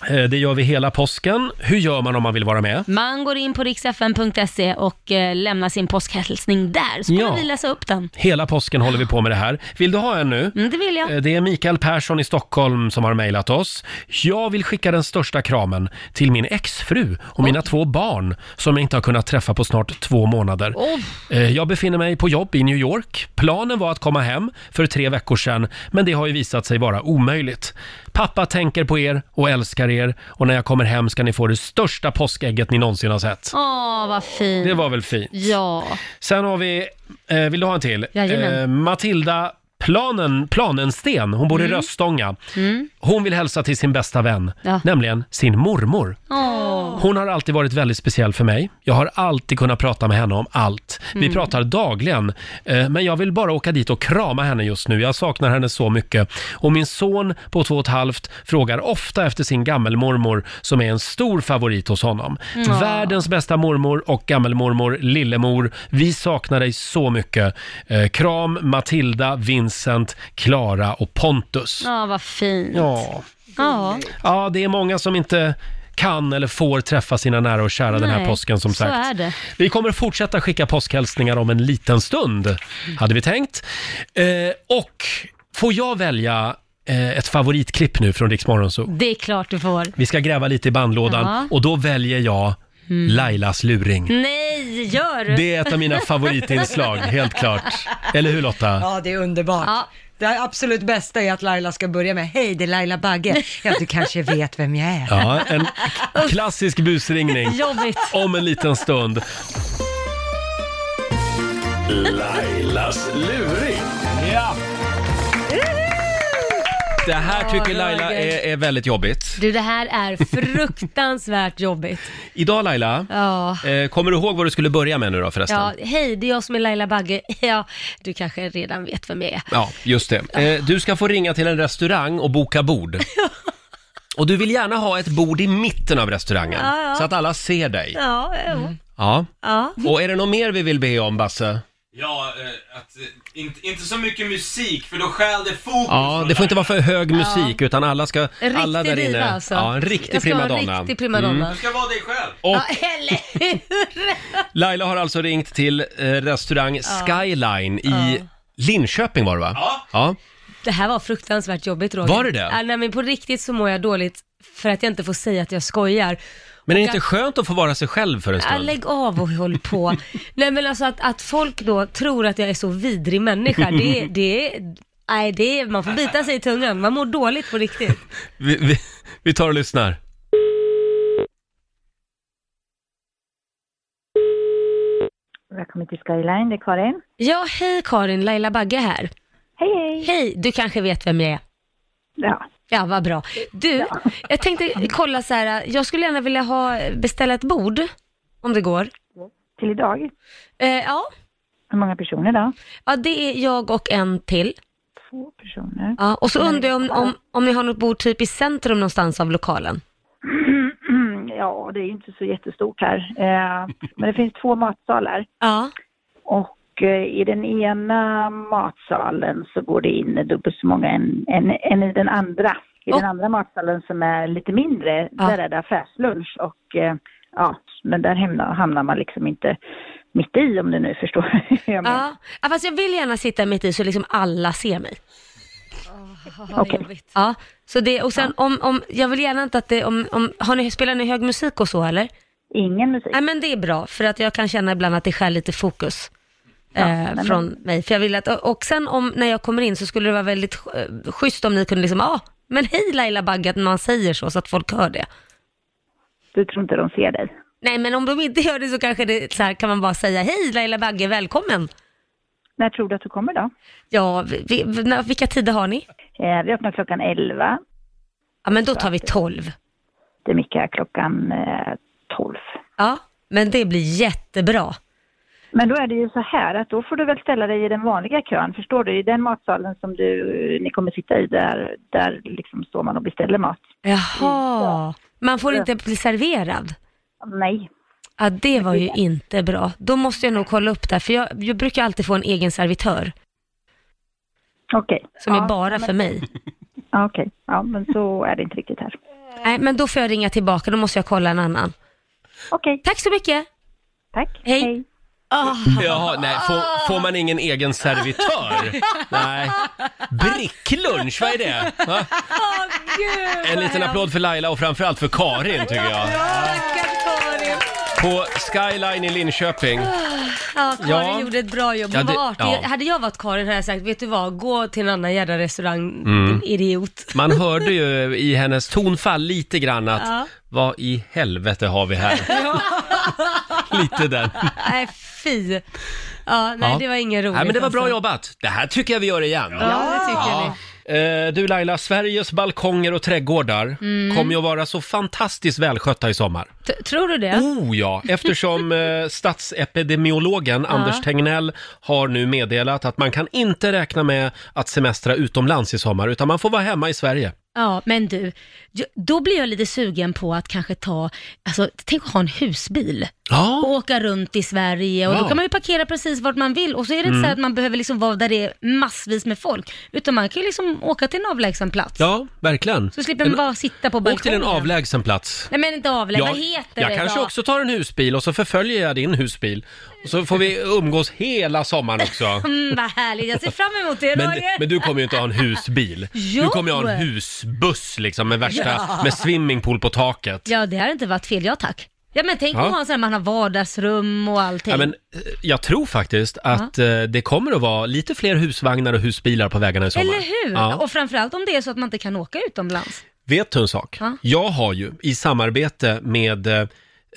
Eh, Det gör vi hela påsken. Hur gör man om man vill vara med? Man går in på riksfn.se och eh, lämnar sin påskhälsning där, så kommer Ja. vi läsa upp den. Hela påsken håller vi på med det här. Vill du ha en nu? Mm, det vill jag. Eh, Det är Mikael Persson i Stockholm som har mejlat oss. Jag vill skicka den största kramen till min exfru och mina två barn som jag inte har kunnat träffa på snart två månader. Oh. Eh, Jag befinner mig på jobb i New York. Planen var att komma hem för tre veckor sedan, men det har ju visat sig vara omöjligt. Pappa tänker på er och älskar er och när jag kommer hem ska ni få det största påskägget ni någonsin har sett. Åh, vad fint. Det var väl fint? Ja. Sen har vi, eh, vill du ha en till? Eh, Jajamän. Matilda Planen, Planensten, hon Mm. bor i Röstånga. Hon vill hälsa till sin bästa vän, Ja. nämligen sin mormor. Åh. Hon har alltid varit väldigt speciell för mig. Jag har alltid kunnat prata med henne om allt. Vi pratar dagligen, eh, men jag vill bara åka dit och krama henne just nu. Jag saknar henne så mycket. Och min son på två och ett halvt frågar ofta efter sin gammelmormor som är en stor favorit hos honom. Världens bästa mormor och gammelmormor, lillemor. Vi saknar dig så mycket. Eh, Kram Matilda, Vincent, Klara och Pontus. Ja, vad fint. Ja. Ja. Ja, det är många som inte kan eller får träffa sina nära och kära den här Nej, påsken som så sagt. är det. Vi kommer fortsätta skicka påskhälsningar om en liten stund, hade vi tänkt. Eh, och får jag välja eh, ett favoritklipp nu från Rix Morgon så Det är klart du får. Vi ska gräva lite i bandlådan Ja. och då väljer jag Mm. Lailas luring. Nej, gör du? Det är ett av mina favoritinslag, helt klart. Eller hur Lotta? Ja, det är underbart. Ja. Det absolut bästa är att Laila ska börja med Hej, det är Laila Bagge. Ja, du kanske vet vem jag är. Ja, en klassisk busringning. Jobbigt. Om en liten stund. Lailas luring. Ja. Det här tycker Laila Roger. är, är väldigt jobbigt. Du, det här är fruktansvärt jobbigt. Idag Laila, Ja. eh, kommer du ihåg vad du skulle börja med nu då förresten? Ja, hej, det är jag som är Laila Bagge. Ja, du kanske redan vet vem jag är. Ja, just det. Eh, du ska få ringa till en restaurang och boka bord. Och du vill gärna ha ett bord i mitten av restaurangen, Ja, ja. så att alla ser dig. Ja, jo. Mm. Ja. ja. Och är det något mer vi vill be om, Basse? Ja, eh, att, eh, inte, inte så mycket musik för då stjäl det fokus. Ja, från det får inte läraren. vara för hög musik, utan alla ska... En riktig alla där inne. diva alltså. Ja, en jag riktig ska vara primadonna. Mm. en riktig primadonna. Du ska vara dig själv. Och Ja, eller hur? Laila har alltså ringt till eh, restaurang Skyline i Linköping var det va? Ja. Det här var fruktansvärt jobbigt Roger. Var det det? Ja, nej, men på riktigt så mår jag dåligt för att jag inte får säga att jag skojar. Men är det Och inte skönt att få vara sig själv för en Ja, stund? lägg av och håll på. Nej men alltså att, att folk då tror att jag är så vidrig människa, det, det, nej, det är, man får bita sig i tungan, man mår dåligt på riktigt. Vi, vi, vi tar och lyssnar. Välkommen till Skyline, det är Karin. Ja, hej Karin, Laila Bagge här. Hej hej! Hej, du kanske vet vem jag är? Ja, Ja, vad bra. Du, jag tänkte kolla så här, jag skulle gärna vilja ha, beställa ett bord, om det går. till idag. Eh, ja. Hur många personer då? ja, det är jag och en till. Två personer. Ja, och så undrar jag om, om, om ni har något bord typ i centrum någonstans av lokalen. ja, det är ju inte så jättestort här. Eh, men det finns två matsalar. Ja. Och eh, i den ena matsalen så går det in dubbelt så många än, än, än i den andra. I Och- den andra matsalen som är lite mindre, Ja. där är det affärslunch och eh, ja, men där hamnar, hamnar man liksom inte mitt i om du nu förstår hur jag menar. Ja. ja, fast jag vill gärna sitta mitt i så liksom alla ser mig. Okej. Ja, så det, och sen om, om, jag vill gärna inte att det, om, om, har ni, spelar ni hög musik och så eller? Ingen musik. Nej men det är bra, för att jag kan känna ibland att det skär lite fokus. eh, nej, men- från mig, för jag vill att, och och sen om, när jag kommer in så skulle det vara väldigt eh, schysst om ni kunde liksom, ja, ah, men hej Laila Bagge, att man säger så, så att folk hör det. Du tror inte de ser dig. Nej, men om de inte gör det så kanske det så här, kan man bara säga hej Laila Bagge, välkommen. När tror du att du kommer då? Ja, vi, vi, när- vilka tider har ni? Eh, vi öppnar klockan 11. Ja, men då tar vi 12. Det är Micke här klockan eh, 12. Ja, men det blir jättebra. Men då är det ju så här att då får du väl ställa dig i den vanliga kön, förstår du? I den matsalen som du, ni kommer sitta i, där, där liksom står man och beställer mat. Jaha, man får inte bli serverad. Nej, Ja, det var ju inte bra. Då måste jag nog kolla upp det, här, för jag, jag brukar alltid få en egen servitör okej. som ja, är bara men- för mig. ja, Okej, ja men så är det inte riktigt här. Nej, men då får jag ringa tillbaka. Då måste jag kolla en annan. Okej. Tack så mycket. Tack. Hej. Ah, Jaha, nej, får, får man ingen egen servitör? Nej. Bricklunch, vad är det? Va? En liten applåd för Laila och framförallt för Karin tycker jag. På Skyline i Linköping. Ah, Ja, Karin Ja. gjorde ett bra jobb. Ja, Hon det- var artig. ja. Hade jag varit Karin hade jag sagt, vet du vad, gå till en annan jävla restaurang, Mm. din idiot. Man hörde ju i hennes tonfall lite grann att Ja. vad i helvete har vi här? Lite där. Nej, fy. Ja, nej, Ja. det var ingen roligt. Nej, men det var bra alltså. jobbat. Det här tycker jag vi gör igen. Ja, det tycker jag. Eh, Du Laila, Sveriges balkonger och trädgårdar Mm. kommer ju att vara så fantastiskt välskötta i sommar. T- Tror du det? Oh ja, eftersom eh, statsepidemiologen Ja. Anders Tegnell har nu meddelat att man kan inte räkna med att semestra utomlands i sommar, utan man får vara hemma i Sverige. Ja, men du, ju- då blir jag lite sugen på att kanske ta, alltså tänk att ha en husbil Ja. och åka runt i Sverige och Ja. då kan man ju parkera precis vart man vill och så är det Mm. inte så här att man behöver liksom vara där det är massvis med folk, utan man kan ju liksom åka till en avlägsen plats. Ja, verkligen. Så slipper man En- bara sitta på balkongen. Åk till en avlägsen plats. Nej men inte avlägsen, vad heter jag det kanske då? också tar en husbil och så förföljer jag din husbil. Och så får vi umgås hela sommaren också. Mm, vad härligt, jag ser fram emot det Men, Roger. men du kommer ju inte ha en husbil. Jo. Du kommer ju ha en husbuss liksom med värsta, Ja. med swimmingpool på taket. Ja, det hade inte varit fel, ja tack. Ja men tänk Ja. att ha en sån här, man har vardagsrum och allting. Ja, men, eh, jag tror faktiskt att eh, det kommer att vara lite fler husvagnar och husbilar på vägarna i sommar. Eller hur? Ja. Och framförallt om det är så att man inte kan åka utomlands. Vet du en sak? Ja. Jag har ju i samarbete med eh,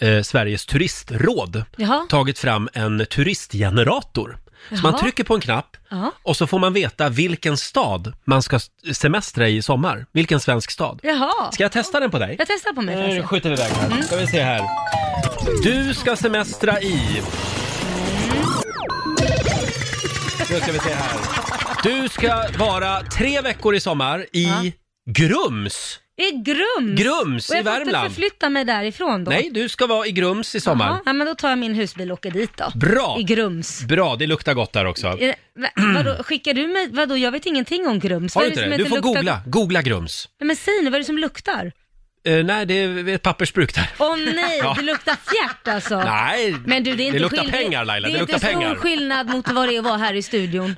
eh, Sveriges turistråd Jaha. tagit fram en turistgenerator. Så man Jaha. trycker på en knapp Ja. och så får man veta vilken stad man ska semestra i i sommar. Vilken svensk stad. Jaha. Ska jag testa den på dig? Eh, Jag testar på mig får jag Nu se. skjuter vi iväg Mm. här. Ska vi se här. Du ska semestra i... Nu ska vi se här. Du ska vara tre veckor i sommar i Grums. I Grums. Grums och i jag får inte Värmland. förflytta mig därifrån då? Nej, du ska vara i Grums i sommar. Ja, nej, men då tar jag min husbil och åker dit då. Bra! I Grums. Bra, det luktar gott där också. Är det- va- Vadå, skickar du mig, vadå, jag vet ingenting om Grums. Har Vad du är inte som det? Du heter får luktar- googla. Googla Grums. Nej, men säg nu, vad är det som luktar? Eh, nej, det är ett pappersbruk där. Åh nej, Ja. det luktar fjärt alltså. Nej, Men du, det, är det inte luktar skill- pengar, Laila, Det det är inte luktar stor pengar. skillnad mot vad det är att vara här i studion.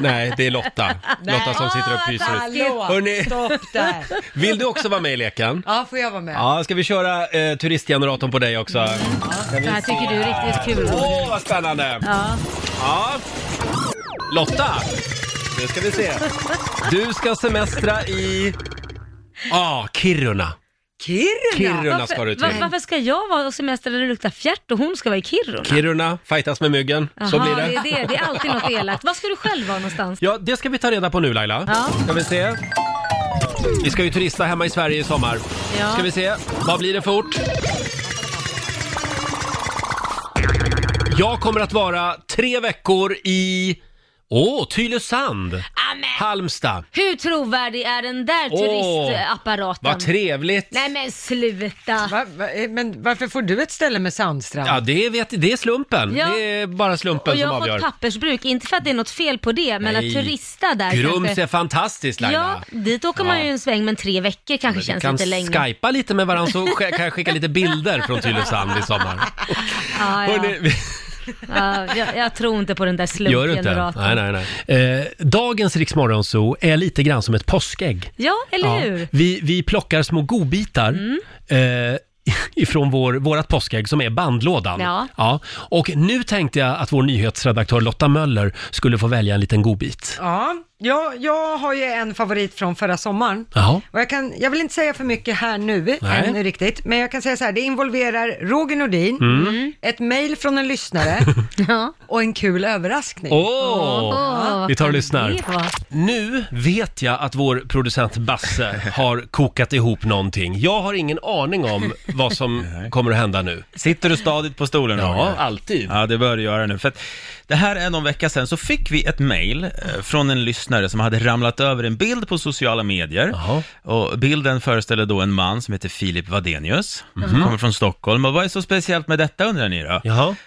Nej, det är Lotta. Lotta som sitter och pyser ut. Hörrni. stopp där. Vill du också vara med i leken? Ja, får jag vara med? Ja, ska vi köra eh, turistgeneratorn på dig också? Mm. Ska vi Det här se. tycker du är riktigt kul. Åh, vad spännande! Ja. Ja. Lotta, nu ska vi se. Du ska semestra i... Ja, ah, Kiruna. Kiruna? Kiruna varför, ska du till. var- varför ska jag vara och semester där det luktar fjärt och hon ska vara i Kiruna? Kiruna, fightas med myggen. Så Jaha, blir Det är, det. det är alltid något elakt. Var ska du själv vara någonstans? Ja, det ska vi ta reda på nu Laila. Ja. Ska vi se. Vi ska ju turista hemma i Sverige i sommar. Ja. Ska vi se, vad blir det för ort? Jag kommer att vara tre veckor i... Åh, Tylösand! Halmstad. Hur trovärdig är den där Åh, turistapparaten? Vad trevligt! Nej men sluta! Va, va, eh, men varför får du ett ställe med sandstrand? Ja, det, vet, det är slumpen. Ja. Det är bara Och slumpen jag som har avgör. fått pappersbruk, inte för att det är något fel på det, men Nej. att turista där Grums kanske... är fantastiskt Laila. Ja, dit åker man Ja. ju en sväng, men tre veckor kanske Men vi känns kan lite längre. skypa lite med varandra så sk- kan jag skicka lite bilder från Tylösand i sommar. Ja, ja. Hörrni, vi- ja, jag, jag tror inte på den där Gör du inte? slumpgeneratorn. Nej, nej, nej. Eh, dagens Rix Morgon Zoo är lite grann som ett påskägg. Ja, eller Ja. hur? Mm. Vi, vi plockar små godbitar eh, ifrån vår, vårat påskägg som är bandlådan. Ja. Och nu tänkte jag att vår nyhetsredaktör Lotta Möller skulle få välja en liten godbit. Ja, jag, jag har ju en favorit från förra sommaren. Jaha. Och jag, kan, jag vill inte säga för mycket här nu, Nej. än riktigt, men jag kan säga så här, det involverar Roger Nordin, Mm. ett mejl från en lyssnare Ja. och en kul överraskning. Åh! Åh, vad Vi tar och kan lyssnar. det vara? Nu vet jag att vår producent Basse har kokat ihop någonting. Jag har ingen aning om vad som kommer att hända nu. Sitter du stadigt på stolen Ja, Roger? alltid. Ja, det bör du göra nu. För att det här är någon vecka sedan så fick vi ett mail eh, från en lyssnare som hade ramlat över en bild på sociala medier. Och bilden föreställer då en man som heter Filip Vadenius, som Mhm. kommer från Stockholm. Och vad är så speciellt med detta undrar ni då?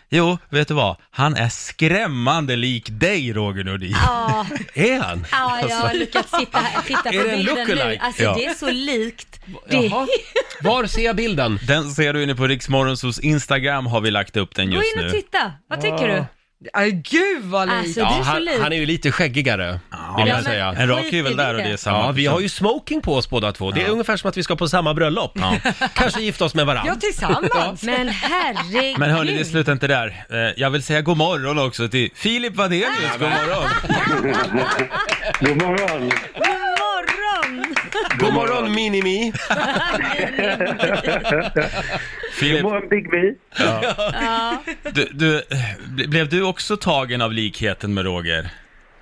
Jo, vet du vad? Han är skrämmande lik dig, Roger Nordin. Ja. Är han? Alltså. Ja, jag har lyckats sitta, titta på Är det en bilden nu. lookalike? Alltså Ja. det är så likt. Det är... Var ser jag bilden? Den ser du inne på Riksmorgonsos Instagram har vi lagt upp den Gå just in och nu. titta. Vad tycker Ja. du? Ay, gud vad likt. Alltså, det är så han, likt. han är ju lite skäggigare, vill Ja, jag men säga. en rak är väl där och det är samma Ja, vi person. har ju smoking på oss båda två. Det är ungefär som att vi ska på samma bröllop. Kanske gifta oss med varandra. tillsammans. Men herregud. Men hörni, det slutar inte där. Eh, Jag vill säga god morgon också till Filip Wadenius. God morgon! God morgon! God morgon! God morgon Minimi! Filip, God morgon Big Me! Ja. du, du, eh, ble- blev du också tagen av likheten med Roger?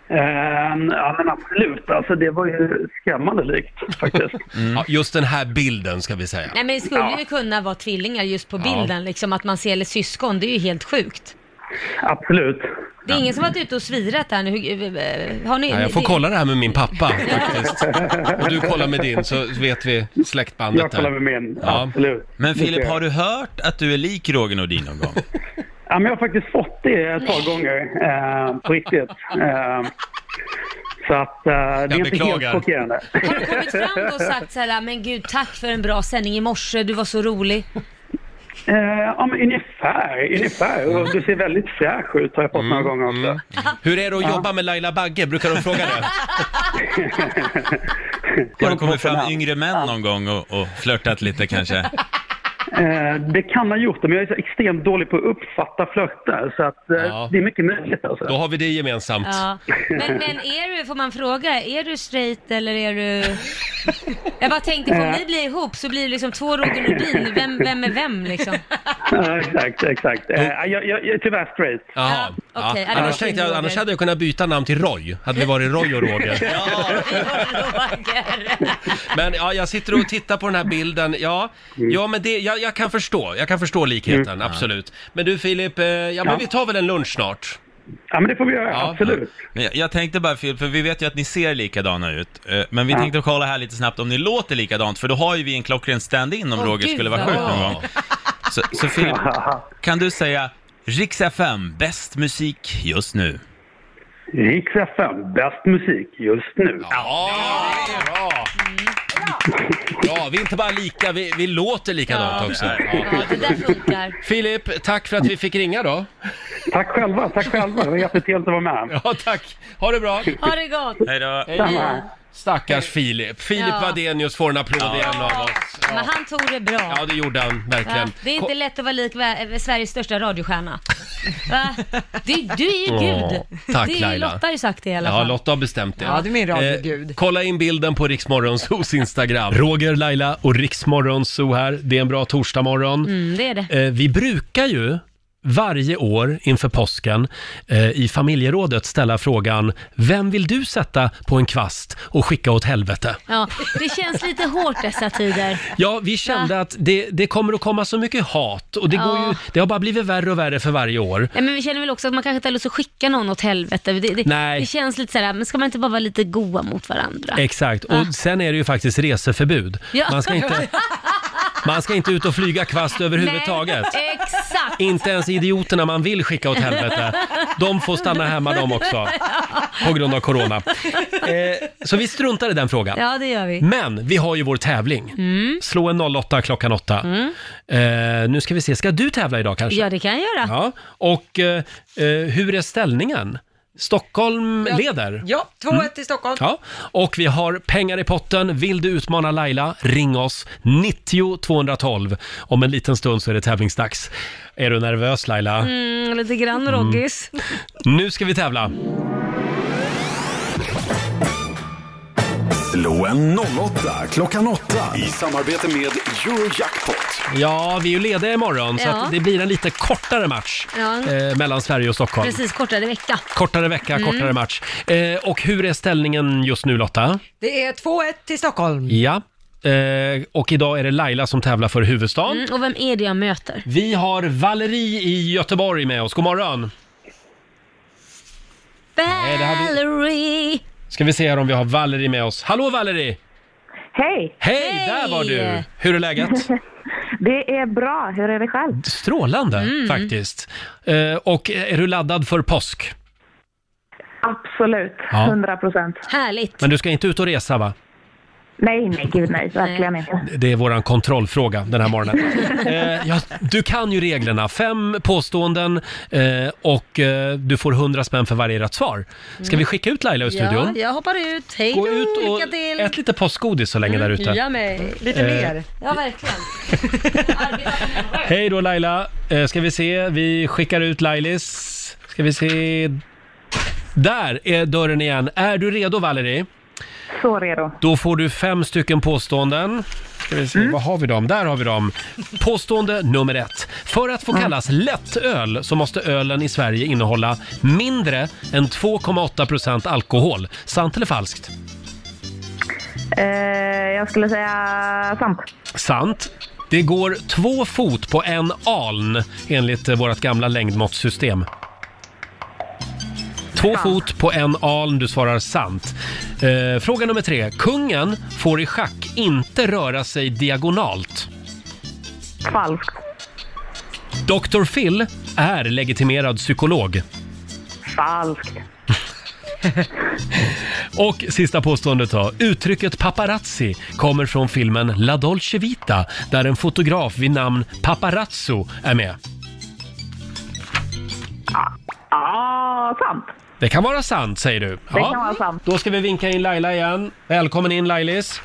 Ehm, ja men absolut, alltså det var ju skrämmande likt faktiskt. Mm. Ja, just den här bilden ska vi säga. Nej men det skulle Ja. ju kunna vara tvillingar just på Ja. bilden, liksom att man ser eller syskon, det är ju helt sjukt. Absolut. Det är ingen som varit ute och svirat här nu? Hur- eh, Har ni, Ja, jag får det- kolla det här med min pappa faktiskt. Och du kollar med din så vet vi släktbandet Jag kollar med min, absolut. Men Det Filip, ser har du hört att du är lik Roger Nordin någon gång? Ja men jag har faktiskt fått det ett par gånger ehm, på riktigt. Ehm, så att eh, det är inte helt beklagar. chockerande. Har du kommit fram och sagt så här, "Ah, men gud tack för en bra sändning i morse, du var så rolig. Eh, ja men ungefär, ungefär. Och du ser väldigt fräsch ut har jag fått Mm, några gånger också. Hur är det att jobba med Laila Bagge? Brukar de fråga det? Har det kommit fram yngre män någon gång och, och flörtat lite kanske? Eh, det kan ha gjort det, men jag är så extremt dålig på att uppfatta flörtar. Så att, eh, det är mycket möjligt alltså. Då har vi det gemensamt. Ja. Men, men är du, får man fråga, är du straight eller är du... Jag bara tänkte, får ni bli ihop så blir det liksom två Roger Nordin, vem, vem är vem liksom? Ja, exakt, exakt. Eh, jag, jag, jag är tyvärr straight. Jaha. Ja, okej. Ja, det annars, var tänkte kul, jag, Roger. annars hade jag kunnat byta namn till Roy. Hade det varit Roy och Roger. Men ja, jag sitter och tittar på den här bilden. Ja, ja men det, jag, jag kan förstå. Jag kan förstå likheten, Mm. absolut. Men du Filip, eh, ja, men Ja. vi tar väl en lunch snart? Ja, men det får vi göra, absolut. Men jag, jag tänkte bara Filip, för vi vet ju att ni ser likadana ut, eh, men vi Ja. tänkte kolla här lite snabbt om ni låter likadant, för då har ju vi en klockren stand-in om Åh, Roger gud, skulle vara vad sjuk någon bra. gång. Så, så Filip, kan du säga Rix FM, bäst musik just nu? Rix FM, bäst musik just nu. Ja, bra! Ja, vi är inte bara lika, vi, vi låter likadant också. Ja. Det där funkar. Filip, tack för att vi fick ringa då. Tack själva, tack själva. Det var jättetrevligt att vara med. Ja, tack. Ha det bra. Ha det gott! Hej då. Samma. Stackars Filip. Filip Ja. Wadenius får en applåd igen av oss. Men han tog det bra. Ja, det gjorde han verkligen. Va? Det är inte lätt att vara lik vä- eh, Sveriges största radiostjärna. Va? Du, du är ju Åh, gud. tack, det är, ju- Laila. Lotta har ju sagt det i alla Ja, fall. Lotta har bestämt det. Ja, du är min radiogud. kolla in bilden på Riksmorgonsos Instagram. Roger, Laila och Riksmorgonso här. Det är en bra torsdagmorgon. Mm, det är det. Eh, vi brukar ju varje år inför påsken eh, i familjerådet ställa frågan Vem vill du sätta på en kvast och skicka åt helvete? Ja, det känns lite hårt dessa tider. Ja, vi kände att det, det kommer att komma så mycket hat och det, går Ja. ju, det har bara blivit värre och värre för varje år. Nej, men vi känner väl också att man kanske inte har lust att skicka någon åt helvete. Det, det, Nej. det känns lite såhär, men ska man inte bara vara lite goa mot varandra? Exakt, och sen är det ju faktiskt reseförbud. Ja. Man, ska inte, man ska inte ut och flyga kvast överhuvudtaget. Nej, exakt! Inte ens idioterna man vill skicka åt helvete. De får stanna hemma de också, på grund av corona. Eh, så vi struntar i den frågan. Ja, det gör vi. Men vi har ju vår tävling. Mm. Slå en 08 klockan 8. Mm. Eh, nu ska vi se, ska du tävla idag kanske? Ja, det kan jag göra. Ja. Och eh, eh, hur är ställningen? Stockholm leder. Mm. Ja, 2-1 till Stockholm. Ja, och vi har pengar i potten. Vill du utmana Laila, ring oss. 90 212. Om en liten stund så är det tävlingsdags. Är du nervös Laila? Mm, lite grann roggis. Nu ska vi tävla. Slå en 08 klockan 8 i samarbete med Eurojackpot. Ja, vi är ju lediga imorgon så Ja. att det blir en lite kortare match Ja. eh, mellan Sverige och Stockholm. Precis, kortare vecka. Kortare vecka, Mm. kortare match. Eh, och hur är ställningen just nu Lotta? Det är 2-1 till Stockholm. Ja, eh, och idag är det Laila som tävlar för huvudstaden. Mm, och vem är det jag möter? Vi har Valerie i Göteborg med oss. God morgon! det hade- Valerie! Ska vi se här om vi har Valerie med oss. Hallå Valerie! Hej! Hej, där var du! Hur är läget? Det är bra. Hur är det själv? Strålande Mm. faktiskt. Eh, och är du laddad för påsk? Absolut. Ja. 100 procent. Härligt. Men du ska inte ut och resa va? Nej, nej, gud nej. Verkligen inte. Det är våran kontrollfråga den här morgonen. Eh, ja, du kan ju reglerna. Fem påståenden eh, och eh, du får 100 spänn för varje rätt svar. Ska vi skicka ut Laila ur studion? Ja, jag hoppar ut. Hej Gå då, ut och lycka till. Mm, Ät lite påskgodis så länge där ute. Ja, mig. Lite Eh, mer. Ja, verkligen. Hej då Laila. Eh, ska vi se, vi skickar ut Lailis. Ska vi se. Där är dörren igen. Är du redo Valerie? Så redo. Då får du fem stycken påståenden. Ska vi se, vad har vi dem? Där har vi dem. Påstående nummer ett. För att få kallas lättöl så måste ölen i Sverige innehålla mindre än 2,8% alkohol. Sant eller falskt? Eh, jag skulle säga sant. Sant. Det går två fot på en aln enligt eh, vårt gamla längdmåttsystem. Två fot på en aln, du svarar sant. Eh, fråga nummer tre. Kungen får i schack inte röra sig diagonalt. Falskt. Dr. Phil är legitimerad psykolog. Falskt. Och sista påståendet då. Uttrycket paparazzi kommer från filmen La Dolce Vita där en fotograf vid namn Paparazzo är med. Ja, Ah, sant. Det kan vara sant säger du. Det kan vara sant. Då ska vi vinka in Laila igen. Välkommen in Lailis.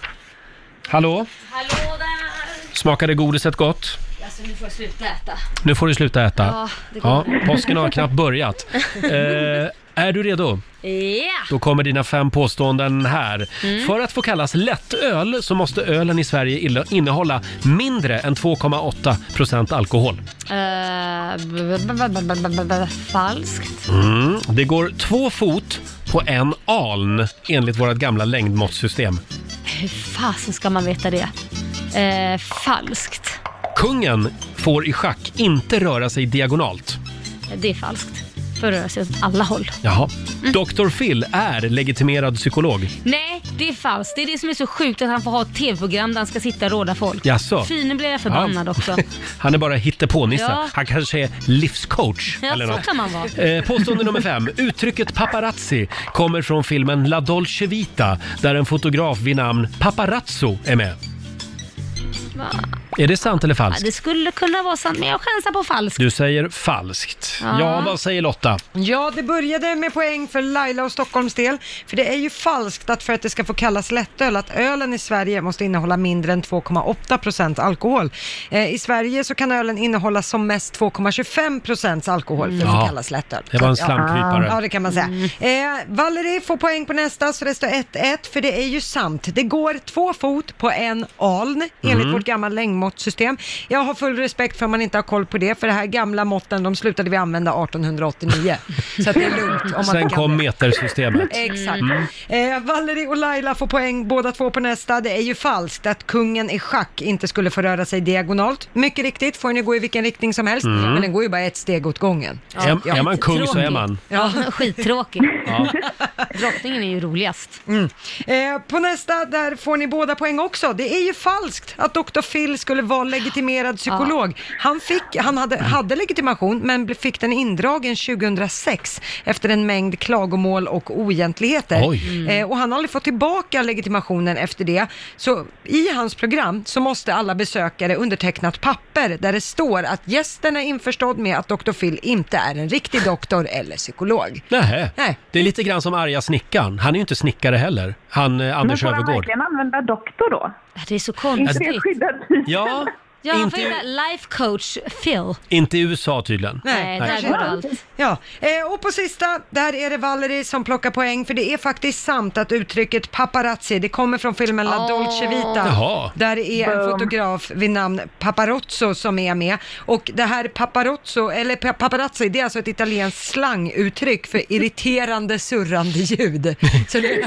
Hallå? Hallå där! Smakade godiset gott? Alltså nu får jag sluta äta. Nu får du sluta äta. Ja, det går. påsken har knappt börjat. Eh, är du redo? Ja! Då kommer dina fem påståenden här. Mm. För att få kallas lättöl så måste ölen i Sverige illa- innehålla mindre än 2,8% alkohol. Eh, b- b- b- b- b- b- b- Eh, Falskt. Mm. Det går två fot på en aln enligt vårt gamla längdmåttsystem. Hur fasen ska man veta det? Eh, falskt. Kungen får i schack inte röra sig diagonalt. Det är falskt. För att röra sig åt alla håll. Jaha. Mm. Dr. Phil är legitimerad psykolog. Nej, det är falskt. Det är det som är så sjukt att han får ha ett tv-program där han ska sitta och råda folk. Jaså? Fy, nu blev jag förbannad Ja. också. Han är bara hittepånisse. Ja. Han kanske är livscoach Ja, eller så något. kan man vara. Eh, påstående nummer fem. Uttrycket paparazzi kommer från filmen La Dolce Vita där en fotograf vid namn Paparazzo är med. Va? Är det sant eller Ja, falskt? det skulle kunna vara sant, men jag chansar på falskt. Du säger falskt. Ja. Ja, vad säger Lotta? Ja, det började med poäng för Laila och Stockholms del. För det är ju falskt att för att det ska få kallas lättöl, att ölen i Sverige måste innehålla mindre än 2,8 procent alkohol. Eh, I Sverige så kan ölen innehålla som mest 2,25 procents alkohol för att Ja. få kallas lättöl. Det var en Så att, slamkrypare. Ja, ja, det kan man säga. Eh, Valerie får poäng på nästa, så det står 1-1, för det är ju sant. Det går två fot på en aln, enligt Mm. vårt gamla längdmåttsystem. Jag har full respekt för om man inte har koll på det, för det här gamla måtten, de slutade vi använda 1889. Så att det är lugnt om man Sen inte kan kom det. metersystemet. Exakt. Mm. Eh, Valerie och Laila får poäng båda två på nästa. Det är ju falskt att kungen i schack inte skulle få röra sig diagonalt. Mycket riktigt får den gå i vilken riktning som helst, Mm. men den går ju bara ett steg åt gången. Är- är man kung så är man. Ja. Skittråkig. Ja. Drottningen är ju roligast. Mm. Eh, på nästa, där får ni båda poäng också. Det är ju falskt att Dr. Phil skulle vara legitimerad psykolog. Han, fick, han hade, Mm. hade legitimation, men ble- fick den indragen 2006 efter en mängd klagomål och oegentligheter. Oj. Mm. Eh, och han har aldrig fått tillbaka legitimationen efter det. Så i hans program så måste alla besökare underteckna ett papper där det står att gästen är införstådd med att Dr. Phil inte är en riktig doktor eller psykolog. Nähä. Nej. Det är lite grann som arga snickaren. Han är ju inte snickare heller. Han eh, Anders Men får han Öfvergård. verkligen använda doktor då? Det är så Inte konstigt. det skyddat? Ja, Ja, han Inte- får heta life coach Phil. Eh, inte i USA tydligen. Nej, kanske inte allt. Ja, eh, och på sista, där är det Valerie som plockar poäng för det är faktiskt sant att uttrycket paparazzi, det kommer från filmen La Dolce Vita. Jaha. Där är en Boom. fotograf vid namn Paparazzo som är med. Och det här paparazzo, eller pa- paparazzi, det är alltså ett italienskt slanguttryck för irriterande surrande ljud. Så det,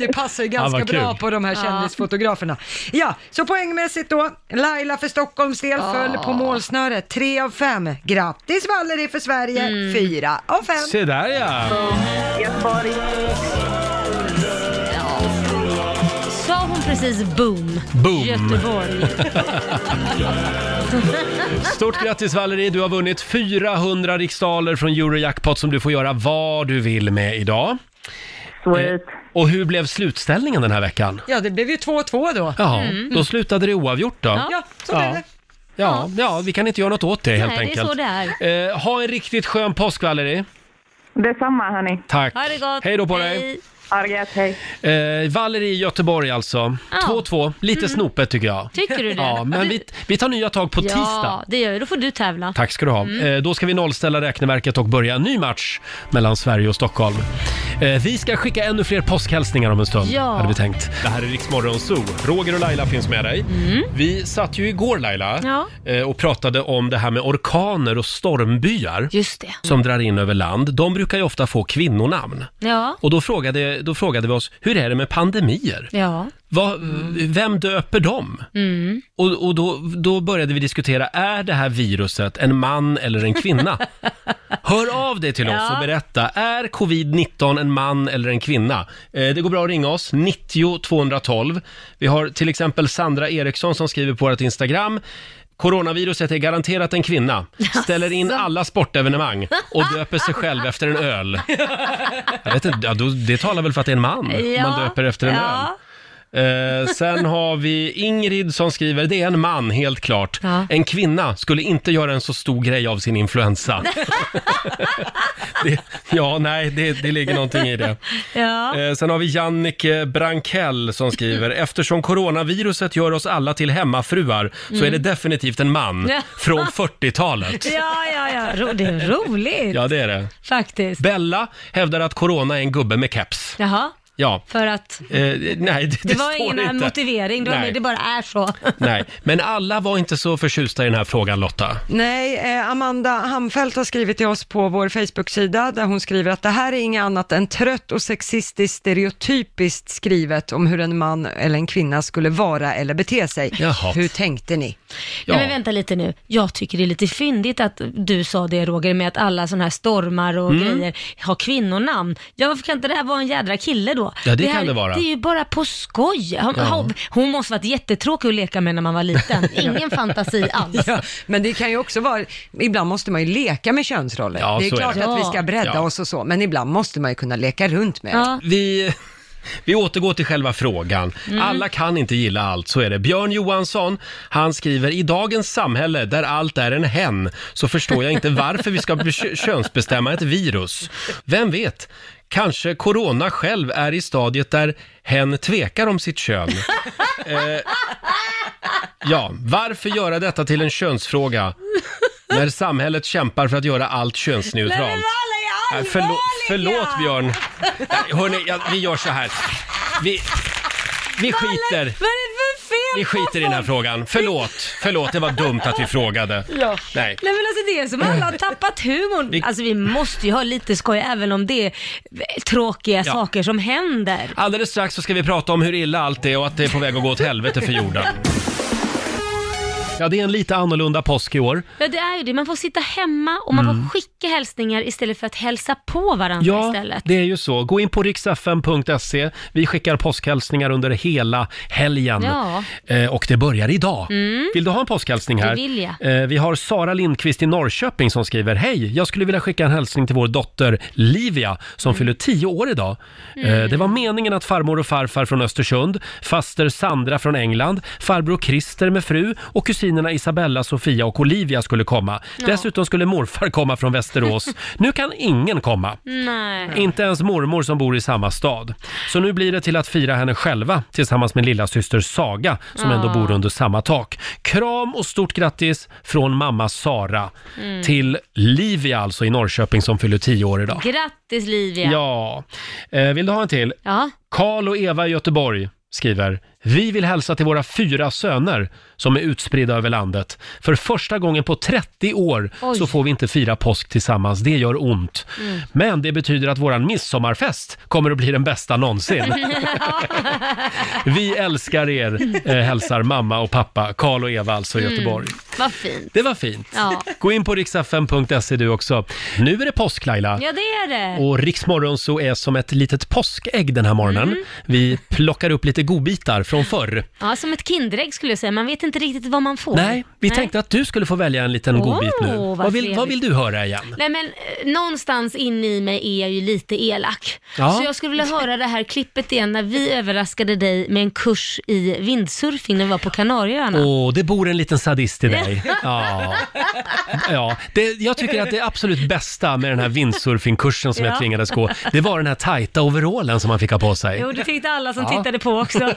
det passar ju Ja, ganska vad bra kul. på de här Ja. kändisfotograferna. Ja, så poängmässigt då, Laila för Stockholms del föll på målsnöret, tre av fem. Grattis Valerie Mm. för Sverige, fyra av fem. Se där ja! Göteborg. precis boom. Boom. Göteborg. Stort grattis Valerie, du har vunnit 400 riksdaler från Eurojackpot som du får göra vad du vill med idag. Eh, Sweet. Och hur blev slutställningen den här veckan? Ja, det blev ju 2-2 då. Ja, då slutade det oavgjort då. Mm. Ja, så blev det. Ja, ja, vi kan inte göra något åt det helt Nej, det är enkelt. så det är. Eh, ha en riktigt skön påsk Valerie. Detsamma hörni. Tack. Ha det gott. Hej då på Hej. dig. Ha det gött, hej. Eh, Valerie i Göteborg alltså. Ja. 2-2. Lite Mm. snopet tycker jag. Tycker du det? Ja, men Du- vi, vi tar nya tag på Ja, tisdag. det gör vi. Då får du tävla. Tack ska du ha. Mm. Eh, Då ska vi nollställa räkneverket och börja en ny match mellan Sverige och Stockholm. Eh, Vi ska skicka ännu fler påskhälsningar om en stund, Ja. hade vi tänkt. Det här är Riksmorgon Zoo. Roger och Laila finns med dig. Vi satt ju igår Laila Mm. Ja. eh, och pratade om det här med orkaner och stormbyar Just det. som drar in över land. De brukar ju ofta få kvinnonamn. Ja. Och då frågade, då frågade vi oss, hur är det med pandemier? Ja. Vad- Vem döper dem? Mm. Och, och då, då började vi diskutera, är det här viruset en man eller en kvinna? Hör av dig till oss Ja. och berätta, är covid-19 en man eller en kvinna? Eh, det går bra att ringa oss, 90 212. Vi har till exempel Sandra Eriksson som skriver på vårt Instagram, Coronaviruset är garanterat en kvinna, ställer in Alltså. alla sportevenemang och döper sig själv efter en öl. Jag vet inte, ja, då, det talar väl för att det är en man om man Ja. döper efter en Ja. öl. Eh, sen har vi Ingrid som skriver, det är en man helt klart. Ja. En kvinna skulle inte göra en så stor grej av sin influensa. det, ja, nej, det, det ligger någonting i det. Ja. Eh, sen har vi Jannike Brankell som skriver, eftersom coronaviruset gör oss alla till hemmafruar så Mm. är det definitivt en man Ja. från 40-talet. Ja, ja, ja. Ro- Det är roligt. Ja, det är det. Faktiskt. Bella hävdar att corona är en gubbe med keps. Jaha, Ja. för att Eh, nej, det, det, var står ingen inte. motivering. Det, var Nej. mer, det bara är så. Nej, men alla var inte så förtjusta i den här frågan Lotta. Nej, eh, Amanda Hamfelt har skrivit till oss på vår Facebook-sida där hon skriver att det här är inget annat än trött och sexistiskt stereotypiskt skrivet om hur en man eller en kvinna skulle vara eller bete sig. Jaha. Hur tänkte ni? Nej, men vänta lite nu. Jag tycker det är lite fyndigt att du sa det Roger, med att alla sådana här stormar och Mm. grejer har kvinnonamn. Ja, varför kan inte det här vara en jädra kille då? Ja, det kan här, det vara. Det är ju bara på skoj. Hon, Ja. hon- hon måste varit jättetråkig att leka med när man var liten. Ingen fantasi alls. Ja, men det kan ju också vara, ibland måste man ju leka med könsroller. Ja, det är så är klart det. att vi ska bredda Ja. oss och så, men ibland måste man ju kunna leka runt med det. Vi, vi återgår till själva frågan. Mm. Alla kan inte gilla allt, så är det. Björn Johansson, han skriver i dagens samhälle där allt är en hen så förstår jag inte varför vi ska be- könsbestämma ett virus. Vem vet, kanske corona själv är i stadiet där hen tvekar om sitt kön. Eh, ja, varför göra detta till en könsfråga när samhället kämpar för att göra allt könsneutralt? Nej, förlåt, förlåt Björn. Nej, Hörni, jag, vi gör så här. Vi, vi skiter. Vad är det för fel Vi på skiter i den här folk? frågan. Förlåt, förlåt, det var dumt att vi frågade. Ja. Nej. Nej men alltså det är som alla har tappat humorn. Vi- Alltså vi måste ju ha lite skoj även om det är tråkiga Ja. saker som händer. Alldeles strax så ska vi prata om hur illa allt är och att det är på väg att gå åt helvete för jorden. Ja, det är en lite annorlunda påsk i år. Ja det är ju det, man får sitta hemma och man Mm. får skicka hälsningar istället för att hälsa på varandra Ja, istället. det är ju så. Gå in på riksfm.se. Vi skickar påskhälsningar under hela helgen. Ja. Eh, och det börjar idag. Mm. Vill du ha en påskhälsning här? Det vill jag. Eh, vi har Sara Lindqvist i Norrköping som skriver Hej, jag skulle vilja skicka en hälsning till vår dotter Livia som Mm. fyller 10 år idag. Eh, det var meningen att farmor och farfar från Östersund, faster Sandra från England, farbror Christer med fru och kusinerna Isabella, Sofia och Olivia skulle komma. Ja. Dessutom skulle morfar komma från Västerås. nu kan ingen komma. Nej. Inte ens mormor som bor i samma stad. Så nu blir det till att fira henne själva tillsammans med lilla syster Saga som Ja. ändå bor under samma tak. Kram och stort grattis från mamma Sara Mm. till Livia alltså i Norrköping som fyller 10 år idag. Grattis Livia! Ja. Eh, vill du ha en till? Ja. Karl och Eva i Göteborg skriver Vi vill hälsa till våra fyra söner som är utspridda över landet. För första gången på 30 år Oj. så får vi inte fira påsk tillsammans. Det gör ont. Mm. Men det betyder att våran midsommarfest kommer att bli den bästa någonsin. Vi älskar er, eh, hälsar mamma och pappa, Karl och Eva alltså i Göteborg. Mm. Vad fint. Det var fint. Ja. Gå in på riksfm.se du också. Nu är det påsk Laila. ja, det är det. Och Mm. Riksmorgon så är som ett litet påskägg den här morgonen. Vi plockar upp lite godbitar från förr. Ja, som ett Kinderägg skulle jag säga. Man vet inte riktigt vad man får. Nej, vi tänkte att du skulle få välja en liten Åh, godbit nu. vad Vad vill, vad trevligt. vill du höra igen? Nej men eh, någonstans inne i mig är jag ju lite elak. Ja. Så jag skulle vilja höra det här klippet igen när vi överraskade dig med en kurs i vindsurfing när vi var på Kanarieöarna. Åh, det bor en liten sadist i dig. Ja. ja. Det, jag tycker att det absolut bästa med den här windsurfingkursen som Ja. jag tvingades gå, det var den här tajta overallen som man fick ha på sig. Jo, det tyckte alla som Ja. tittade på också.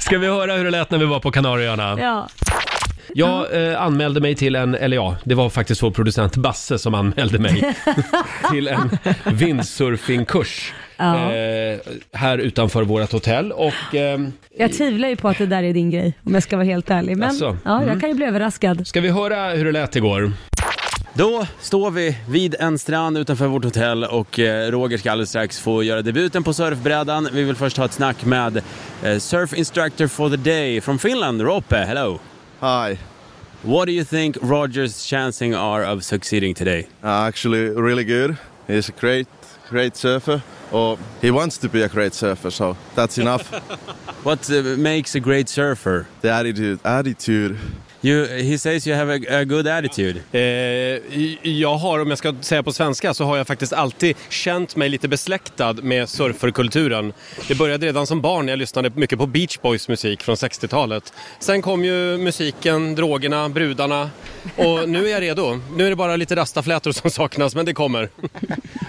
Ska vi höra hur det lät när vi var på Kanarieöarna? ja. Jag eh, anmälde mig till en, eller ja, det var faktiskt vår producent Basse som anmälde mig till en windsurfingkurs Ja. eh, här utanför vårt hotell och ehm, Jag tvivlar ju på att det där är din grej, om jag ska vara helt ärlig. Men Alltså, ja, mm. jag kan ju bli överraskad. Ska vi höra hur det lät igår? Då står vi vid en strand utanför vårt hotell och eh, Roger ska alldeles strax få göra debuten på surfbrädan. Vi vill först ha ett snack med eh, surf instructor for the day from Finland, Rope. Hello. Hi. What do you think Roger's chancing are of succeeding today? Uh, actually really good. He's a great, great surfer, or he wants to be a great surfer, so that's enough. what uh, makes a great surfer? The attitude. Attitude. You, he says you have a, a good attitude. Eh, Jag har, om jag ska säga på svenska, så har jag faktiskt alltid känt mig lite besläktad med surferkulturen. Det började redan som barn när jag lyssnade mycket på Beach Boys musik från 60-talet. Sen kom ju musiken, drogerna, brudarna och nu är jag redo. Nu är det bara lite rastaflätor som saknas, men det kommer.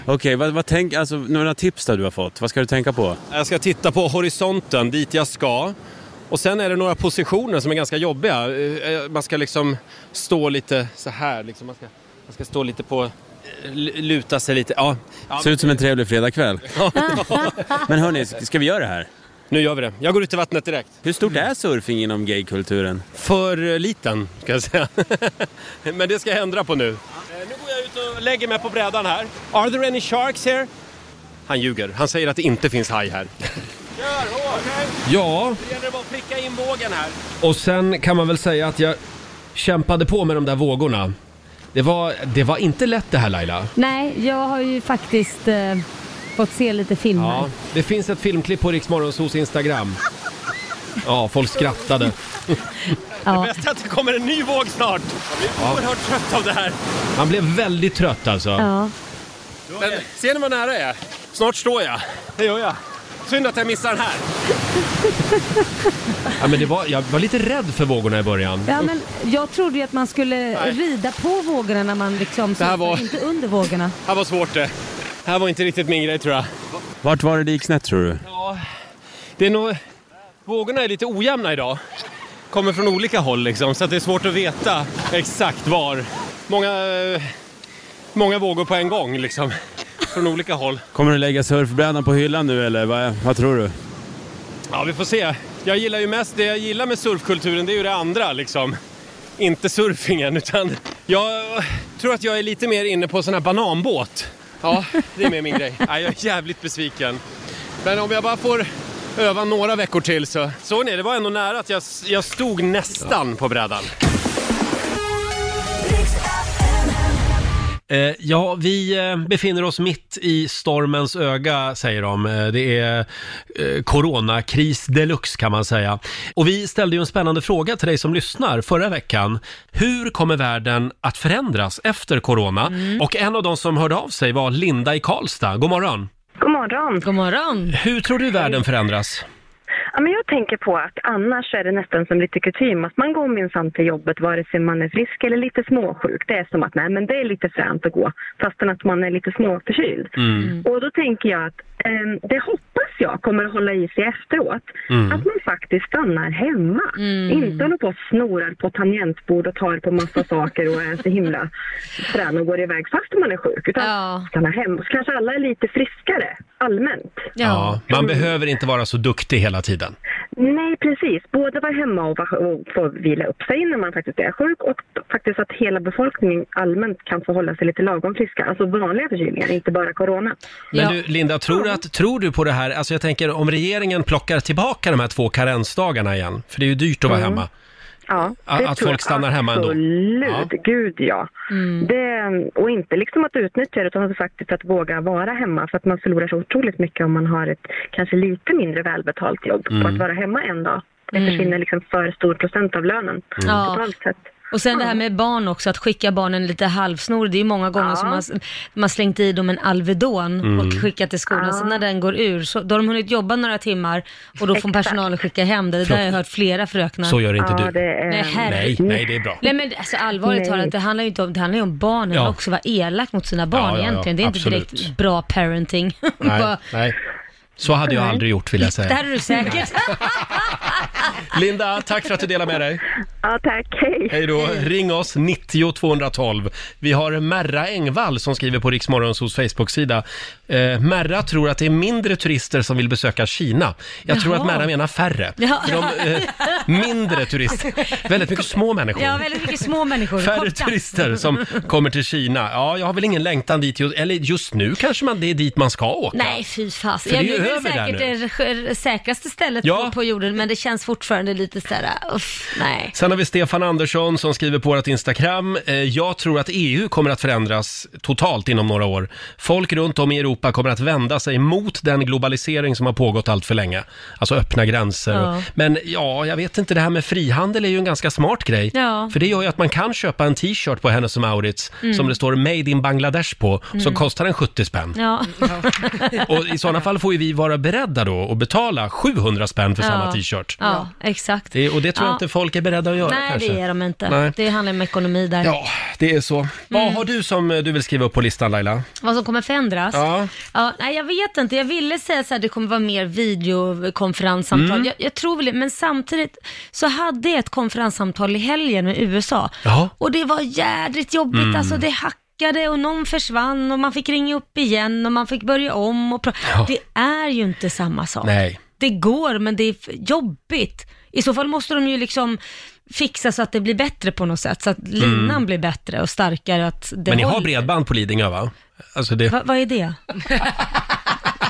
Okej, vad, vad tänk, alltså, några tips där du har fått? Vad ska du tänka på? Jag ska titta på horisonten dit jag ska. Och sen är det några positioner som är ganska jobbiga. Eh, eh, Man ska liksom stå lite så här. Liksom. Man, ska, man ska stå lite på... eh, l- Luta sig lite. Ja. Ja, Ser ut som en trevlig fredagkväll. Men hörni, ska vi göra det här? Nu gör vi det. Jag går ut i vattnet direkt. Hur stort är surfing inom gaykulturen? För eh, liten, ska jag säga. Men det ska jag ändra på nu. Eh, Nu går jag ut och lägger mig på brädan här. Are there any sharks here? Han ljuger. Han säger att det inte finns haj här. Ja, Det gäller bara att pricka in vågen här. och sen kan man väl säga att jag kämpade på med de där vågorna. Det var, det var inte lätt det här Laila. Nej, jag har ju faktiskt eh, fått se lite filmer. Ja, Mm. det finns ett filmklipp på Riksmorgonsos Instagram. Ja, folk skrattade. Ja. Det bästa är att det kommer en ny våg snart. Jag blir Ja. oerhört trött av det här. Man blev väldigt trött alltså. Men, ser ni vad nära jag är? Snart står jag. Det gör jag. Synd att jag missar den här. Ja, men det var, jag var lite rädd för vågorna i början. Ja, men jag trodde ju att man skulle rida på vågorna när man liksom, Det här var- inte under Mm. vågorna. Det här var svårt det. Det här var inte riktigt min grej tror jag. Vart var det det gick snett tror du? Det är nog... Vågorna är lite ojämna idag. Kommer från olika håll liksom, så att det är svårt att veta exakt var. Många, eh, många vågor på en gång liksom. Från olika håll. Kommer du lägga surfbrädan på hyllan nu eller vad, vad tror du? Ja, vi får se. Jag gillar ju mest, det jag gillar med surfkulturen det är ju det andra liksom. Inte surfingen utan jag tror att jag är lite mer inne på sån här bananbåt. Ja, det är mer min grej. Nej, jag är jävligt besviken. Men om jag bara får öva några veckor till så. Såg ni, det var ändå nära att jag, jag stod nästan på brädan. Eh, ja, vi eh, befinner oss mitt i stormens öga, säger de. Eh, det är eh, coronakris deluxe kan man säga. Och vi ställde ju en spännande fråga till dig som lyssnar förra veckan. Hur kommer världen att förändras efter corona? Mm. Och en av de som hörde av sig var Linda i Karlstad. God morgon! God morgon. God morgon. Hur tror du världen förändras? Ja, men jag tänker på att annars är det nästan som lite kutym att man går minsann till jobbet vare sig man är frisk eller lite småsjuk. Det är som att nej, men det är lite fränt att gå fastän att man är lite småförkyld. Och då tänker jag att ehm, det hoppas jag kommer att hålla i sig efteråt. Mm. Att man faktiskt stannar hemma. Inte håller på och snorar på tangentbord och tar på massa saker och är så himla frän och går iväg fast man är sjuk. Utan stanna hemma. Så kanske alla är lite friskare allmänt. man behöver inte vara så duktig hela tiden. Nej, precis. Både vara hemma och, vara, och få vila upp sig när man faktiskt är sjuk och faktiskt att hela befolkningen allmänt kan få hålla sig lite lagom friska. Alltså vanliga förkylningar, inte bara corona. Men du, Linda, tror du, att, tror du på det här? Alltså jag tänker om regeringen plockar tillbaka de här två karensdagarna igen, för det är ju dyrt att vara hemma. Ja, Att- Mm. det att tror folk jag stannar hemma ändå. Absolut, gud ja. Det, och inte liksom att utnyttja det utan faktiskt att våga vara hemma för att man förlorar så otroligt mycket om man har ett kanske lite mindre välbetalt jobb Mm. på att vara hemma en dag. Det Mm. försvinner liksom för stor procent av lönen Ja. totalt sett. Och sen det här med barn också, att skicka barnen lite halvsnor. Det är ju många gånger Ja. som man, man slängt i dem en Alvedon Mm. och skickat till skolan. Ja. Sen när den går ur, så, då har de hunnit jobba några timmar och då får Exakt. personalen skicka hem det. Det där har jag hört flera fröknar. Så gör inte Ja, du. det är- Nej, herre- nej, nej, det är bra. Nej men alltså allvarligt Nej. talat, det handlar ju inte om, det handlar ju om barnen Ja. också, vara elak mot sina barn Ja, ja, ja, egentligen. Det är inte absolut. direkt bra parenting. Nej, Bara, nej. Så hade jag Nej. aldrig gjort vill jag det här säga. är du säkert. Linda, tack för att du delade med dig. Ja, tack. Hej. Hej då. Ring oss, 90 212. Vi har Merra Engvall som skriver på Riksmorgonsos Facebook-sida. Eh, Merra tror att det är mindre turister som vill besöka Kina. Jag tror Jaha. att Merra menar färre. Ja. För de, eh, mindre turister. Väldigt mycket små människor. Ja, väldigt mycket små människor. Färre korta. turister som kommer till Kina. Ja, jag har väl ingen längtan dit. ju- Eller just nu kanske man, det är dit man ska åka. Nej, fy fas. För det är ju det över där säkert det r- säkraste stället Ja. på, på jorden, men det känns fortfarande lite sådär, uff, nej. Sen har vi Stefan Andersson som skriver på vårt Instagram. Eh, Jag tror att EU kommer att förändras totalt inom några år. Folk runt om i Europa kommer att vända sig mot den globalisering som har pågått allt för länge. Alltså öppna gränser. Ja. Och, men ja, jag vet inte, det här med frihandel är ju en ganska smart grej. Ja. För det gör ju att man kan köpa en t-shirt på Hennes och Mauritz Mm. som det står “Made in Bangladesh” på, som Mm. kostar en 70 spänn. Ja. Och i sådana fall får ju vi vara beredda då och betala 700 spänn för samma Ja. t-shirt. Ja, exakt. Det, och det tror jag Ja. inte folk är beredda att göra Nej, kanske. det är de inte. Nej. Det handlar om ekonomi där. Ja. Det är så. Mm. Vad har du som eh, du vill skriva upp på listan Laila? Vad som kommer förändras? Ja. Ja, nej, jag vet inte. Jag ville säga så här, det kommer vara mer videokonferenssamtal. Mm. Jag, jag tror väl det, men samtidigt så hade jag ett konferenssamtal i helgen med USA. Jaha. Och det var jädrigt jobbigt, Mm. alltså det hackade och någon försvann och man fick ringa upp igen och man fick börja om och pra- Det är ju inte samma sak. Nej. Det går, men det är f- jobbigt. I så fall måste de ju liksom fixa så att det blir bättre på något sätt, så att linan Mm. blir bättre och starkare. Att det Men ni har håller. bredband på Lidingö va? Alltså det... Va, vad är det?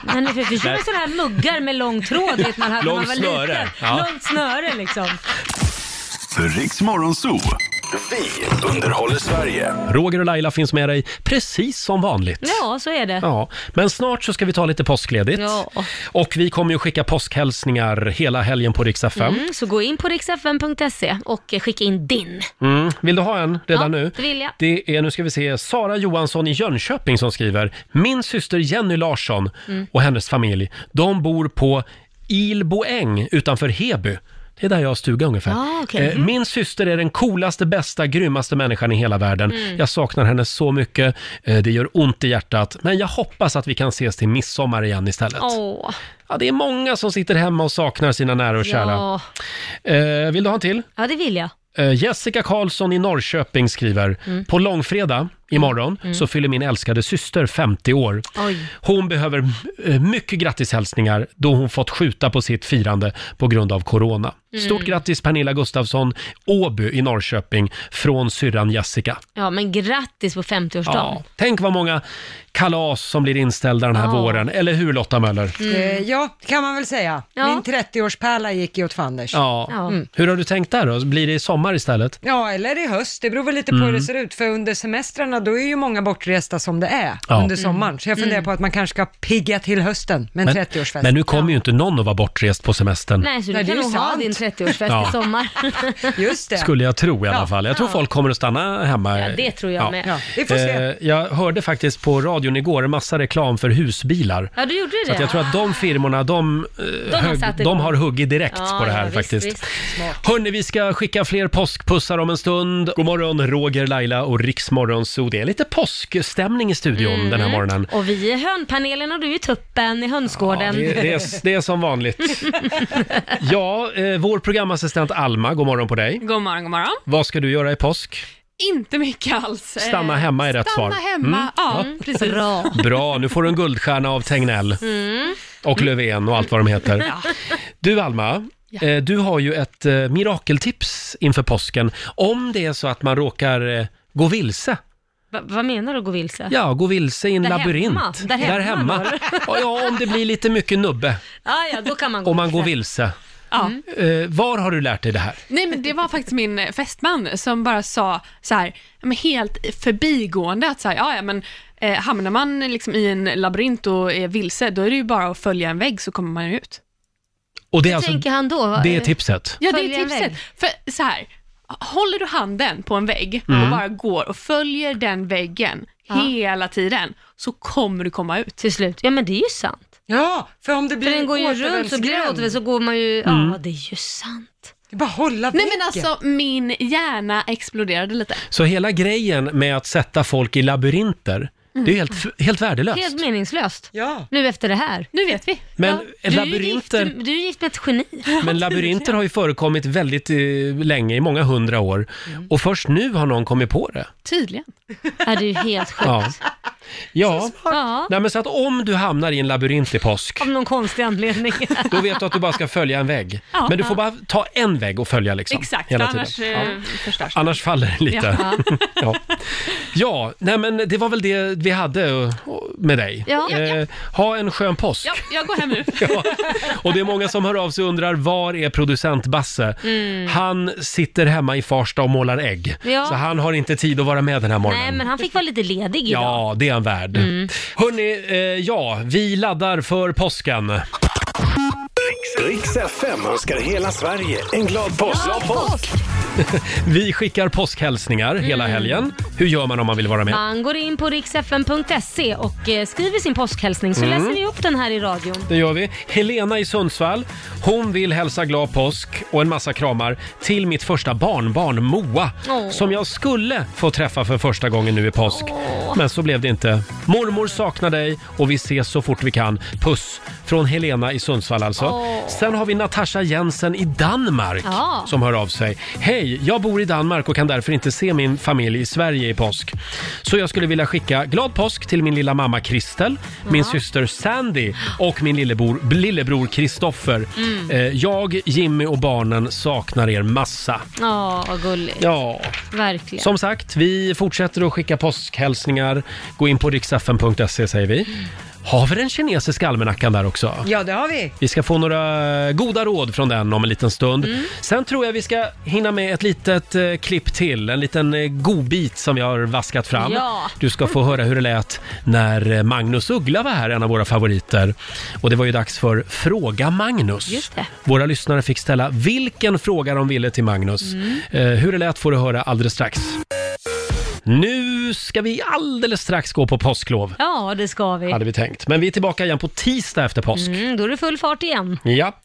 Men nu fick vi köra Nej. sådana här muggar med lång tråd vet man hade när man Långt var snöre, liten. ja. Långt snöre liksom. Riks Morgonzoo. Vi underhåller Sverige. Roger och Laila finns med dig precis som vanligt. Ja, så är det. Ja, men snart så ska vi ta lite påskledigt. Ja. Och vi kommer ju skicka påskhälsningar hela helgen på Rix FM. Mm, så gå in på riksfn.se och eh, skicka in din. Mm. Vill du ha en redan Ja, nu? det vill jag. Det är, nu ska vi se, Sara Johansson i Jönköping som skriver. Min syster Jenny Larsson Mm. och hennes familj, de bor på Ilboäng utanför Heby. Det är där jag har stuga ungefär. Ah, okej. Eh, Mm. Min syster är den coolaste, bästa, grymmaste människan i hela världen. Mm. Jag saknar henne så mycket. Eh, Det gör ont i hjärtat. Men jag hoppas att vi kan ses till midsommar igen istället. Åh. Ja, det är många som sitter hemma och saknar sina nära och kära. Ja. Eh, Vill du ha en till? ja, det vill jag. Eh, Jessica Karlsson i Norrköping skriver, Mm. på långfredag imorgon Mm. så fyller min älskade syster 50 år. Oj. Hon behöver eh, mycket grattishälsningar då hon fått skjuta på sitt firande på grund av corona. Mm. Stort grattis Pernilla Gustafsson, Åby i Norrköping, från syrran Jessica. Ja, men grattis på 50-årsdagen. Ja, tänk vad många kalas som blir inställda den här Ja. våren, eller hur Lotta Möller? Mm. Mm. Eh, ja, det kan man väl säga. Min 30-årspärla gick ju åt fanders. Ja. Mm. Hur har du tänkt där då? Blir det i sommar istället? Ja, eller i höst. Det beror väl lite på hur Mm. det ser ut. För under semestrarna, då är ju många bortresta som det är Ja. Mm. under sommaren. Så jag funderar på att man kanske ska pigga till hösten med en 30-årsfest. men nu kommer ju inte någon att vara bortrest på semestern. Nej, så du Nej, det kan är nog ju ha sant. din 30-årsfest Ja. i sommar. Just det. Skulle jag tro i alla Ja. fall. Jag tror Ja. folk kommer att stanna hemma. Ja, det tror jag med. Ja, vi får se. Eh, jag hörde faktiskt på radion igår en massa reklam för husbilar. Ja, du gjorde det. Så att jag tror att de firmorna, de, eh, har högg, satt igång. de har huggit direkt Ja, på det här ja, visst, faktiskt. visst. Hörni, vi ska skicka fler påskpussar om en stund. God morgon, Roger, Laila och Riksmorgon Zoo. Det är lite påskstämning i studion den här morgonen. Mm. Och vi är hönpanelen och du är tuppen i hönsgården. Det, det, är, det är som vanligt. Ja, eh, vår programassistent Alma, god morgon på dig. God morgon, god morgon. Vad ska du göra i påsk? Inte mycket alls. Eh, Stanna hemma är rätt Stanna svar. hemma, Mm. ja, precis. Bra. Bra, nu får du en guldstjärna av Tegnell Mm. och Löfven och allt vad de heter. Ja. Du Alma, Ja. eh, du har ju ett eh, mirakeltips inför påsken. Om det är så att man råkar eh, gå vilse. Va, vad menar du gå vilse? Ja, gå vilse i en Där labyrint. hemma? Där hemma då, eller? Ja, ja, om det blir lite mycket nubbe Ja, ja, då kan man gå och man går vilse. vilse. Ja. Eh, var har du lärt dig det här? Nej men det var faktiskt min eh, fästman som bara sa så här, ja, men helt i förbigående att så här, ja, ja men eh, hamnar man liksom i en labyrint och är vilse, då är det ju bara att följa en vägg så kommer man ut. Och det är Hur alltså, tänker han då? Vad- Det är tipset. Ja, det Följa är en tipset. vägg. För så här, håller du handen på en vägg Mm. och bara går och följer den väggen hela tiden, så kommer du komma ut. Till slut. Ja, men det är ju sant. Ja, för om det För blir den går ju runt så blir det återvänd så går man ju, Mm. ja det är ju sant. Bara hålla Nej men alltså, min hjärna exploderade lite. Så hela grejen med att sätta folk i labyrinter, det är ju helt, f- helt värdelöst. Helt meningslöst. Ja. Nu efter det här. Nu vet vi. Men Du, är ju gift, labyrinter- du är gift med ett geni. Men labyrinter har ju förekommit väldigt eh, länge, i många hundra år. Mm. Och först nu har någon kommit på det. Tydligen. Ja, det är ju helt sjukt. Ja. Ja. Ja. Nej, men så att om du hamnar i en labyrint i påsk, Av någon konstig anledning. då vet du att du bara ska följa en vägg. Ja. Men du får bara ta en vägg och följa liksom. Exakt, hela tiden. annars Ja. eh, förstörs det. Annars faller det lite. Ja. Ja. ja. nej men det var väl det vi hade eh, med dig. Ja. Eh, ha en skön påsk. Ja, jag går hem nu. Och det är många som hör av sig och undrar, var är producent Basse? Mm. Han sitter hemma i Farsta och målar ägg. Ja. Så han har inte tid att vara med den här morgonen. Nej, men han fick vara lite ledig idag. Ja, det är han värd. Mm. Hörni, eh, ja, vi laddar för påsken. Riks FM önskar hela Sverige en glad påsk. Vi skickar påskhälsningar hela Mm. helgen. Hur gör man om man vill vara med? Man går in på riksfn.se och eh, skriver sin påskhälsning så Mm. läser vi upp den här i radion. Det gör vi. Helena i Sundsvall, hon vill hälsa glad påsk och en massa kramar till mitt första barnbarn Moa, Åh. som jag skulle få träffa för första gången nu i påsk. Men så blev det inte. Mormor saknar dig och vi ses så fort vi kan. Puss! Från Helena i Sundsvall alltså. Åh. Sen har vi Natasha Jensen i Danmark Ja. som hör av sig. Hej, jag bor i Danmark och kan därför inte se min familj i Sverige i påsk. Så jag skulle vilja skicka glad påsk till min lilla mamma Kristel, min syster Sandy och min lillebror, lillebror Kristoffer. Mm. Eh, Jag, Jimmy och barnen saknar er massa. Ja, vad gulligt. Ja. Verkligen. Som sagt, vi fortsätter att skicka påskhälsningar. Gå in på riksfn.se säger vi. Mm. Har vi den kinesiska almanackan där också? Ja, det har vi. Vi ska få några goda råd från den om en liten stund. Mm. Sen tror jag vi ska hinna med ett litet eh, klipp till, en liten eh, godbit som jag har vaskat fram. Ja. Du ska få höra hur det lät när eh, Magnus Uggla var här, en av våra favoriter. Och det var ju dags för Fråga Magnus. Just det. Våra lyssnare fick ställa vilken fråga de ville till Magnus. Mm. Eh, hur det lät får du höra alldeles strax. Nu ska vi alldeles strax gå på påsklov, Ja, det ska vi. hade vi tänkt. Men vi är tillbaka igen på tisdag efter påsk. Mm, då är det full fart igen. Ja,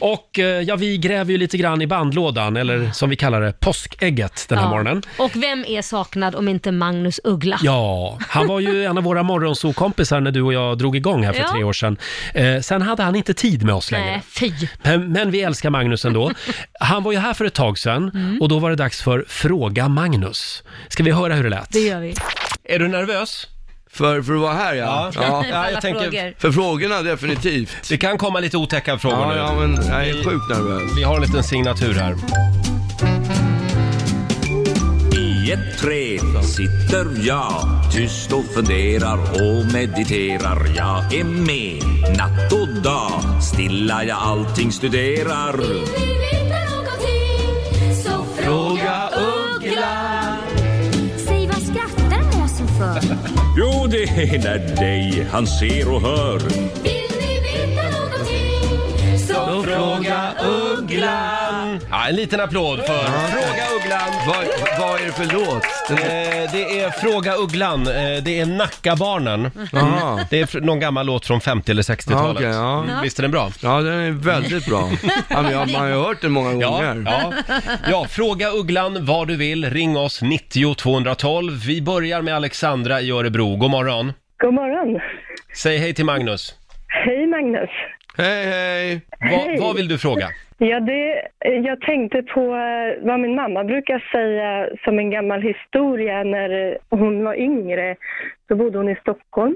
och eh, ja, vi gräver ju lite grann i bandlådan, eller som vi kallar det, påskägget den här Ja. morgonen. Och vem är saknad om inte Magnus Uggla? Ja, han var ju en av våra morgonsokompisar när du och jag drog igång här för Ja. tre år sedan. Eh, sen hade han inte tid med oss längre. Nej, fy. Men, men vi älskar Magnus ändå. Han var ju här för ett tag sedan Mm. och då var det dags för Fråga Magnus. Ska vi höra hur det lät? Det gör vi. Är du nervös? För, för att vara här ja. Ja. Ja, jag tänker- Frågor. För frågorna definitivt. Det kan komma lite otäcka frågor ja, nu. Ja, men jag är sjukt nervös. Vi har en liten signatur här. I ett träd sitter jag tyst och funderar och mediterar. Jag är med natt och dag, stilla jag allting studerar. Så Fråga Uggla. Säg vad skrattar måsen för? Jo, det är när dig han ser och hör. Vill ni veta någonting? Så fråga Uggla. Ja, en liten applåd för Fråga Ugglan. Vad, vad är det för låt? Eh, det är Fråga Ugglan, eh, det är Nackabarnen. Jaha. Det är fr- någon gammal låt från 50 eller 60-talet. Ja, okej, ja. Mm, Visst är den bra? Ja, den är väldigt bra. Ja, men jag, man har ju hört den många gånger. Ja, ja. ja, fråga Ugglan vad du vill. Ring oss 90 212. Vi börjar med Alexandra i Örebro. God morgon. God morgon. Säg hej till Magnus. Hej Magnus. Hej, hej. Hej. Vad vill du fråga? Ja, det, eh, jag tänkte på eh, vad min mamma brukar säga som en gammal historia. När eh, hon var yngre så bodde hon i Stockholm.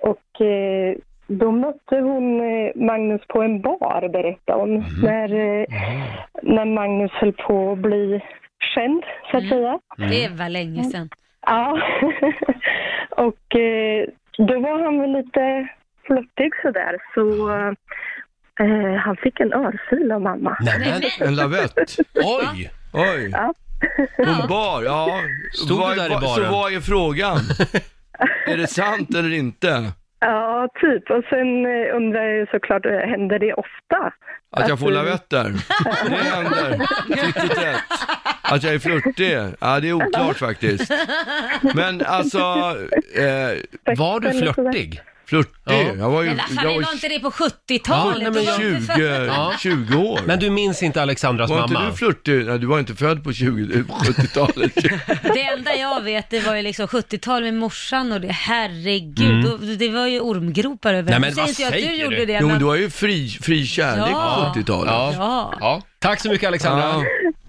Och eh, då mötte hon eh, Magnus på en bar, berättade Mhm. hon. När, eh, när Magnus höll på att bli känd, så Mm. att säga. Mm. Det var länge sedan. Ja. och eh, då var han väl lite flörtig sådär. Så eh, Eh, han fick en örfil av mamma. Nämen, en lavett. Oj! Oj. Hon bar, ja. Stod Vad- du där i vad- baren? Så vad är frågan? är det sant eller inte? Ja, typ. Och sen eh, undrar jag ju såklart, eh, händer det ofta? Att jag får eh, lavetter? Det händer. Titt, titt, tätt. Att jag är flörtig? Ja, det är oklart faktiskt. Men alltså... Eh, var du flörtig? Flörtig? Jag var ju... Men vad fan, det jag alltså, var var inte det på 70-talet? Ja, nej, men Det var jag- inte för- 20. Ja. 20 år. Men du minns inte Alexandras var mamma? inte du flörtig? Nej, du var inte född på 20, på 70-talet. Det enda jag vet det var ju liksom 70-tal med morsan och det, herregud. Mm. Då, det var ju ormgropar överallt. Nu säger inte jag att du gjorde det, Jo, men men... du var ju fri, fri kärlek Ja. på 70-talet. Ja. Ja. Tack så mycket Alexandra.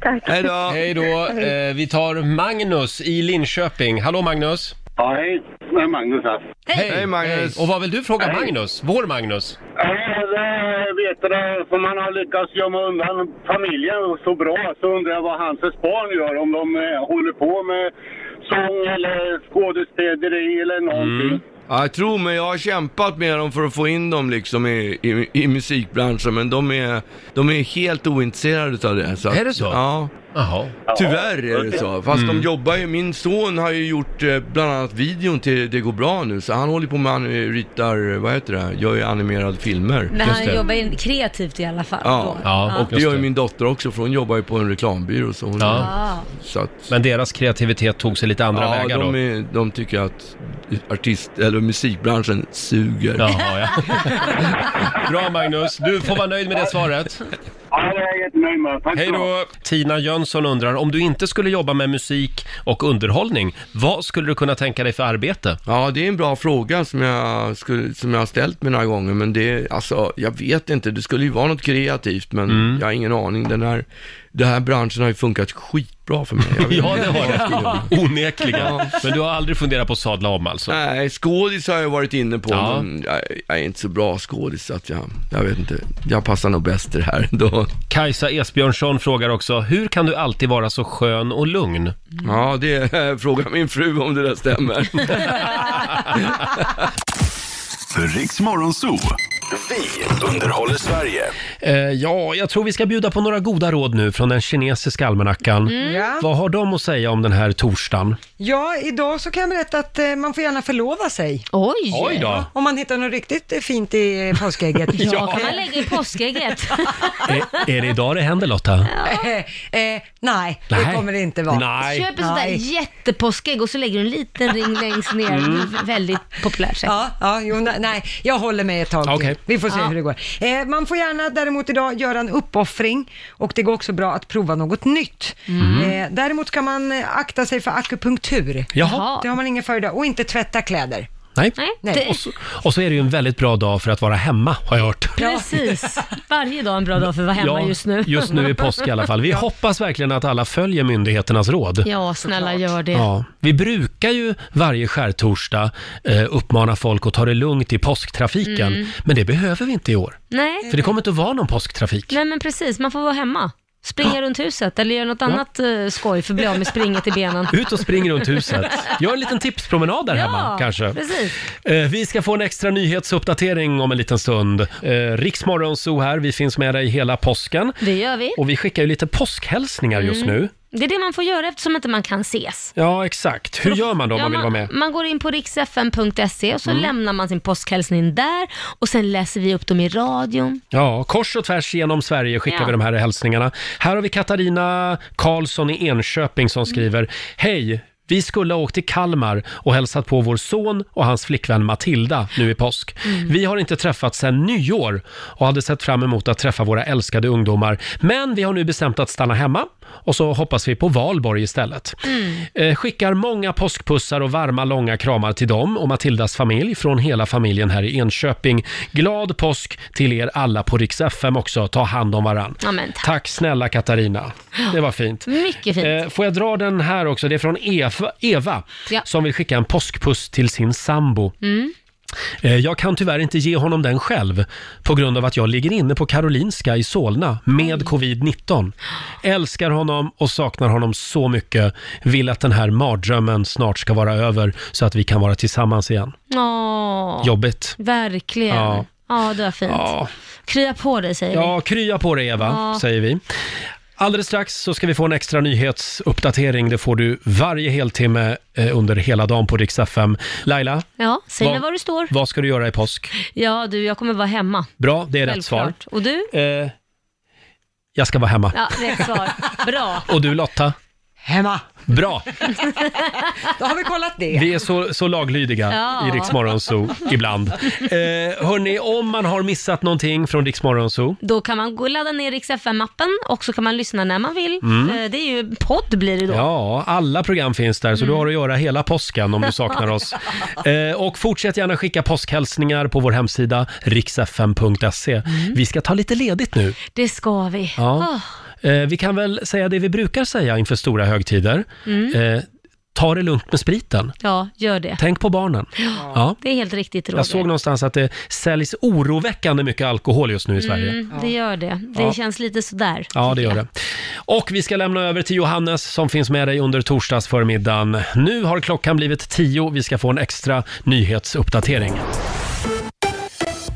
Tack. Hej då. Hej då. Eh, vi tar Magnus i Linköping. Hallå Magnus. Ja, hej. Det är Magnus här. Hej, Magnus. Och vad vill du fråga Hej. Magnus? Vår Magnus? Eh, det vet du, det, för man har lyckats gömma undan familjen så bra så undrar jag vad hans barn gör. Om de eh, håller på med sång eller skådespeleri eller någonting. Mm. Ja, jag tror mig, jag har kämpat med dem för att få in dem liksom i, i, i musikbranschen, men de är, de är helt ointresserade utav det. Så att, Är det så? Ja. Jaha. Tyvärr är det så. Fast Mm. de jobbar ju, min son har ju gjort eh, bland annat videon till Det går bra nu, så han håller på med, han eh, ritar, vad heter det, gör ju animerade filmer. Men han jobbar ju kreativt i alla fall. Ja, då. och det gör ju min dotter också, för hon jobbar ju på en reklambyrå. Så hon Ja. så att, Men deras kreativitet tog sig lite andra ja, vägar de då? Är, de tycker att artist, eller musikbranschen suger. Jaha, ja. Bra Magnus, du får vara nöjd med det svaret. Ja, det är jag jättenöjd med. Tack Hej ska du ha. då! Tina Jönsson undrar, om du inte skulle jobba med musik och underhållning, vad skulle du kunna tänka dig för arbete? Ja, det är en bra fråga som jag, skulle, som jag har ställt mig några gånger, men det, alltså, jag vet inte, det skulle ju vara något kreativt, men Mm. jag har ingen aning. Den här, den här branschen har ju funkat skitbra för mig. Jag vet Ja, inte det har vad jag skulle vilja. det. Onekligen. Ja. Men du har aldrig funderat på att sadla om alltså? Nej, skådis har jag varit inne på, Ja. men jag, jag är inte så bra skådis, så att jag, jag vet inte, jag passar nog bäst i det här ändå. Kajsa Esbjörnsson frågar också, hur kan du alltid vara så skön och lugn? Ja, det är, fråga min fru om det där stämmer. Riks Morgonzoo. Vi underhåller Sverige. Eh, ja, jag tror vi ska bjuda på några goda råd nu från den kinesiska almanackan. Mm. Ja. Vad har de att säga om den här torsdagen? Ja, idag så kan jag berätta att eh, man får gärna förlova sig. Oj! Oj då. Om man hittar något riktigt eh, fint i eh, påskägget. Ja, kan man lägga i påskägget? Eh, Eh, Är, är det idag det händer Lotta? eh, eh, nej, det Nej. kommer det inte vara. Nej. Köp en sån där jättepåskägg och så lägger du en liten ring längst ner. Mm. Det är Väldigt populärt säkert. Ja, ja jo, ne- nej, jag håller med ett tag till. Okej. Vi får se Ja. hur det går. Eh, man får gärna däremot idag göra en uppoffring och det går också bra att prova något nytt. Mm. Eh, däremot ska man eh, akta sig för akupunktur. Jaha. Det har man ingen för idag. Och inte tvätta kläder. Nej. Nej. Och, så, och så är det ju en väldigt bra dag för att vara hemma, har jag hört. Precis. Varje dag är en bra dag för att vara hemma Ja, just nu. Just nu i påsk i alla fall. Vi hoppas verkligen att alla följer myndigheternas råd. Ja, snälla gör det. Ja, vi brukar ju varje skärtorsdag eh, uppmana folk att ta det lugnt i påsktrafiken, Mm. men det behöver vi inte i år. Nej. För det kommer inte att vara någon påsktrafik. Nej men precis, man får vara hemma. Springa runt huset eller göra något annat eh, skoj för att bli av med springet i benen. Ut och spring runt huset. Gör en liten tipspromenad där Ja, hemma kanske. precis. Eh, Vi ska få en extra nyhetsuppdatering om en liten stund. Eh, Riksmorgon Zoo här, vi finns med dig hela påsken. Det gör vi. Och vi skickar ju lite påskhälsningar just Mm. nu. Det är det man får göra eftersom inte man kan ses. Ja, exakt. Hur gör man då om Ja, man vill vara med? Man går in på riksfn.se E och så Mm. lämnar man sin påskhälsning där och sen läser vi upp dem i radion. Ja, kors och tvärs genom Sverige skickar Ja. vi de här hälsningarna. Här har vi Katarina Karlsson i Enköping som skriver Hej! Vi skulle ha åkt till Kalmar och hälsat på vår son och hans flickvän Matilda nu i påsk. Vi har inte träffats sedan nyår och hade sett fram emot att träffa våra älskade ungdomar. Men vi har nu bestämt att stanna hemma och så hoppas vi på valborg istället. Eh, Skickar många påskpussar och varma långa kramar till dem och Matildas familj från hela familjen här i Enköping. Glad påsk till er alla på Rix FM också. Ta hand om varann. Ja, men tack. Tack snälla Katarina. Det var fint. Mycket fint. Eh, Får jag dra den här också? Det är från Eva, Eva Ja. som vill skicka en påskpuss till sin sambo. Mm. Eh, Jag kan tyvärr inte ge honom den själv på grund av att jag ligger inne på Karolinska i Solna med covid-19. Älskar honom och saknar honom så mycket. Vill att den här mardrömmen snart ska vara över så att vi kan vara tillsammans igen. Åh. Jobbigt. Verkligen. Ja. Ja. Ja, det var fint. Ja. Krya på dig säger Ja, krya på dig Eva, Ja. säger vi. Alldeles strax så ska vi få en extra nyhetsuppdatering. Det får du varje heltimme eh, under hela dagen på Rix FM. Laila, vi. Ja, säg vad- mig var du står. vad ska du göra i påsk? Ja, du, jag kommer vara hemma. Bra, det är rätt svar. Självklart. Och du? Eh, jag ska vara hemma. Ja, rätt svar. Bra. Och du Lotta? Hemma. Bra, Då har vi kollat det. vi är så, så laglydiga Ja. i Rix Morgonzoo ibland. Eh, hörni, om man har missat någonting från Rix Morgonzoo, Då kan man gå och ladda ner Rix FM-appen och så kan man lyssna när man vill. Mm. Eh, Det är ju podd blir det då. Ja, alla program finns där, så du Mm. har att göra hela påsken om du saknar oss. Eh, och fortsätt gärna skicka påskhälsningar på vår hemsida, riksfm.se. Mm. Vi ska ta lite ledigt nu. Det ska vi. Ja. Ah. Eh, vi kan väl säga det vi brukar säga inför stora högtider. Mm. Eh, ta det lugnt med spriten. Ja, gör det. Tänk på barnen. Ja. Ja. Det är helt riktigt, Roger. Jag såg någonstans att det säljs oroväckande mycket alkohol just nu i Sverige. Mm, det gör det. Det Ja. känns lite sådär. Ja, det gör det. Och vi ska lämna över till Johannes som finns med dig under torsdagsförmiddagen. Nu har klockan blivit tio. Vi ska få en extra nyhetsuppdatering.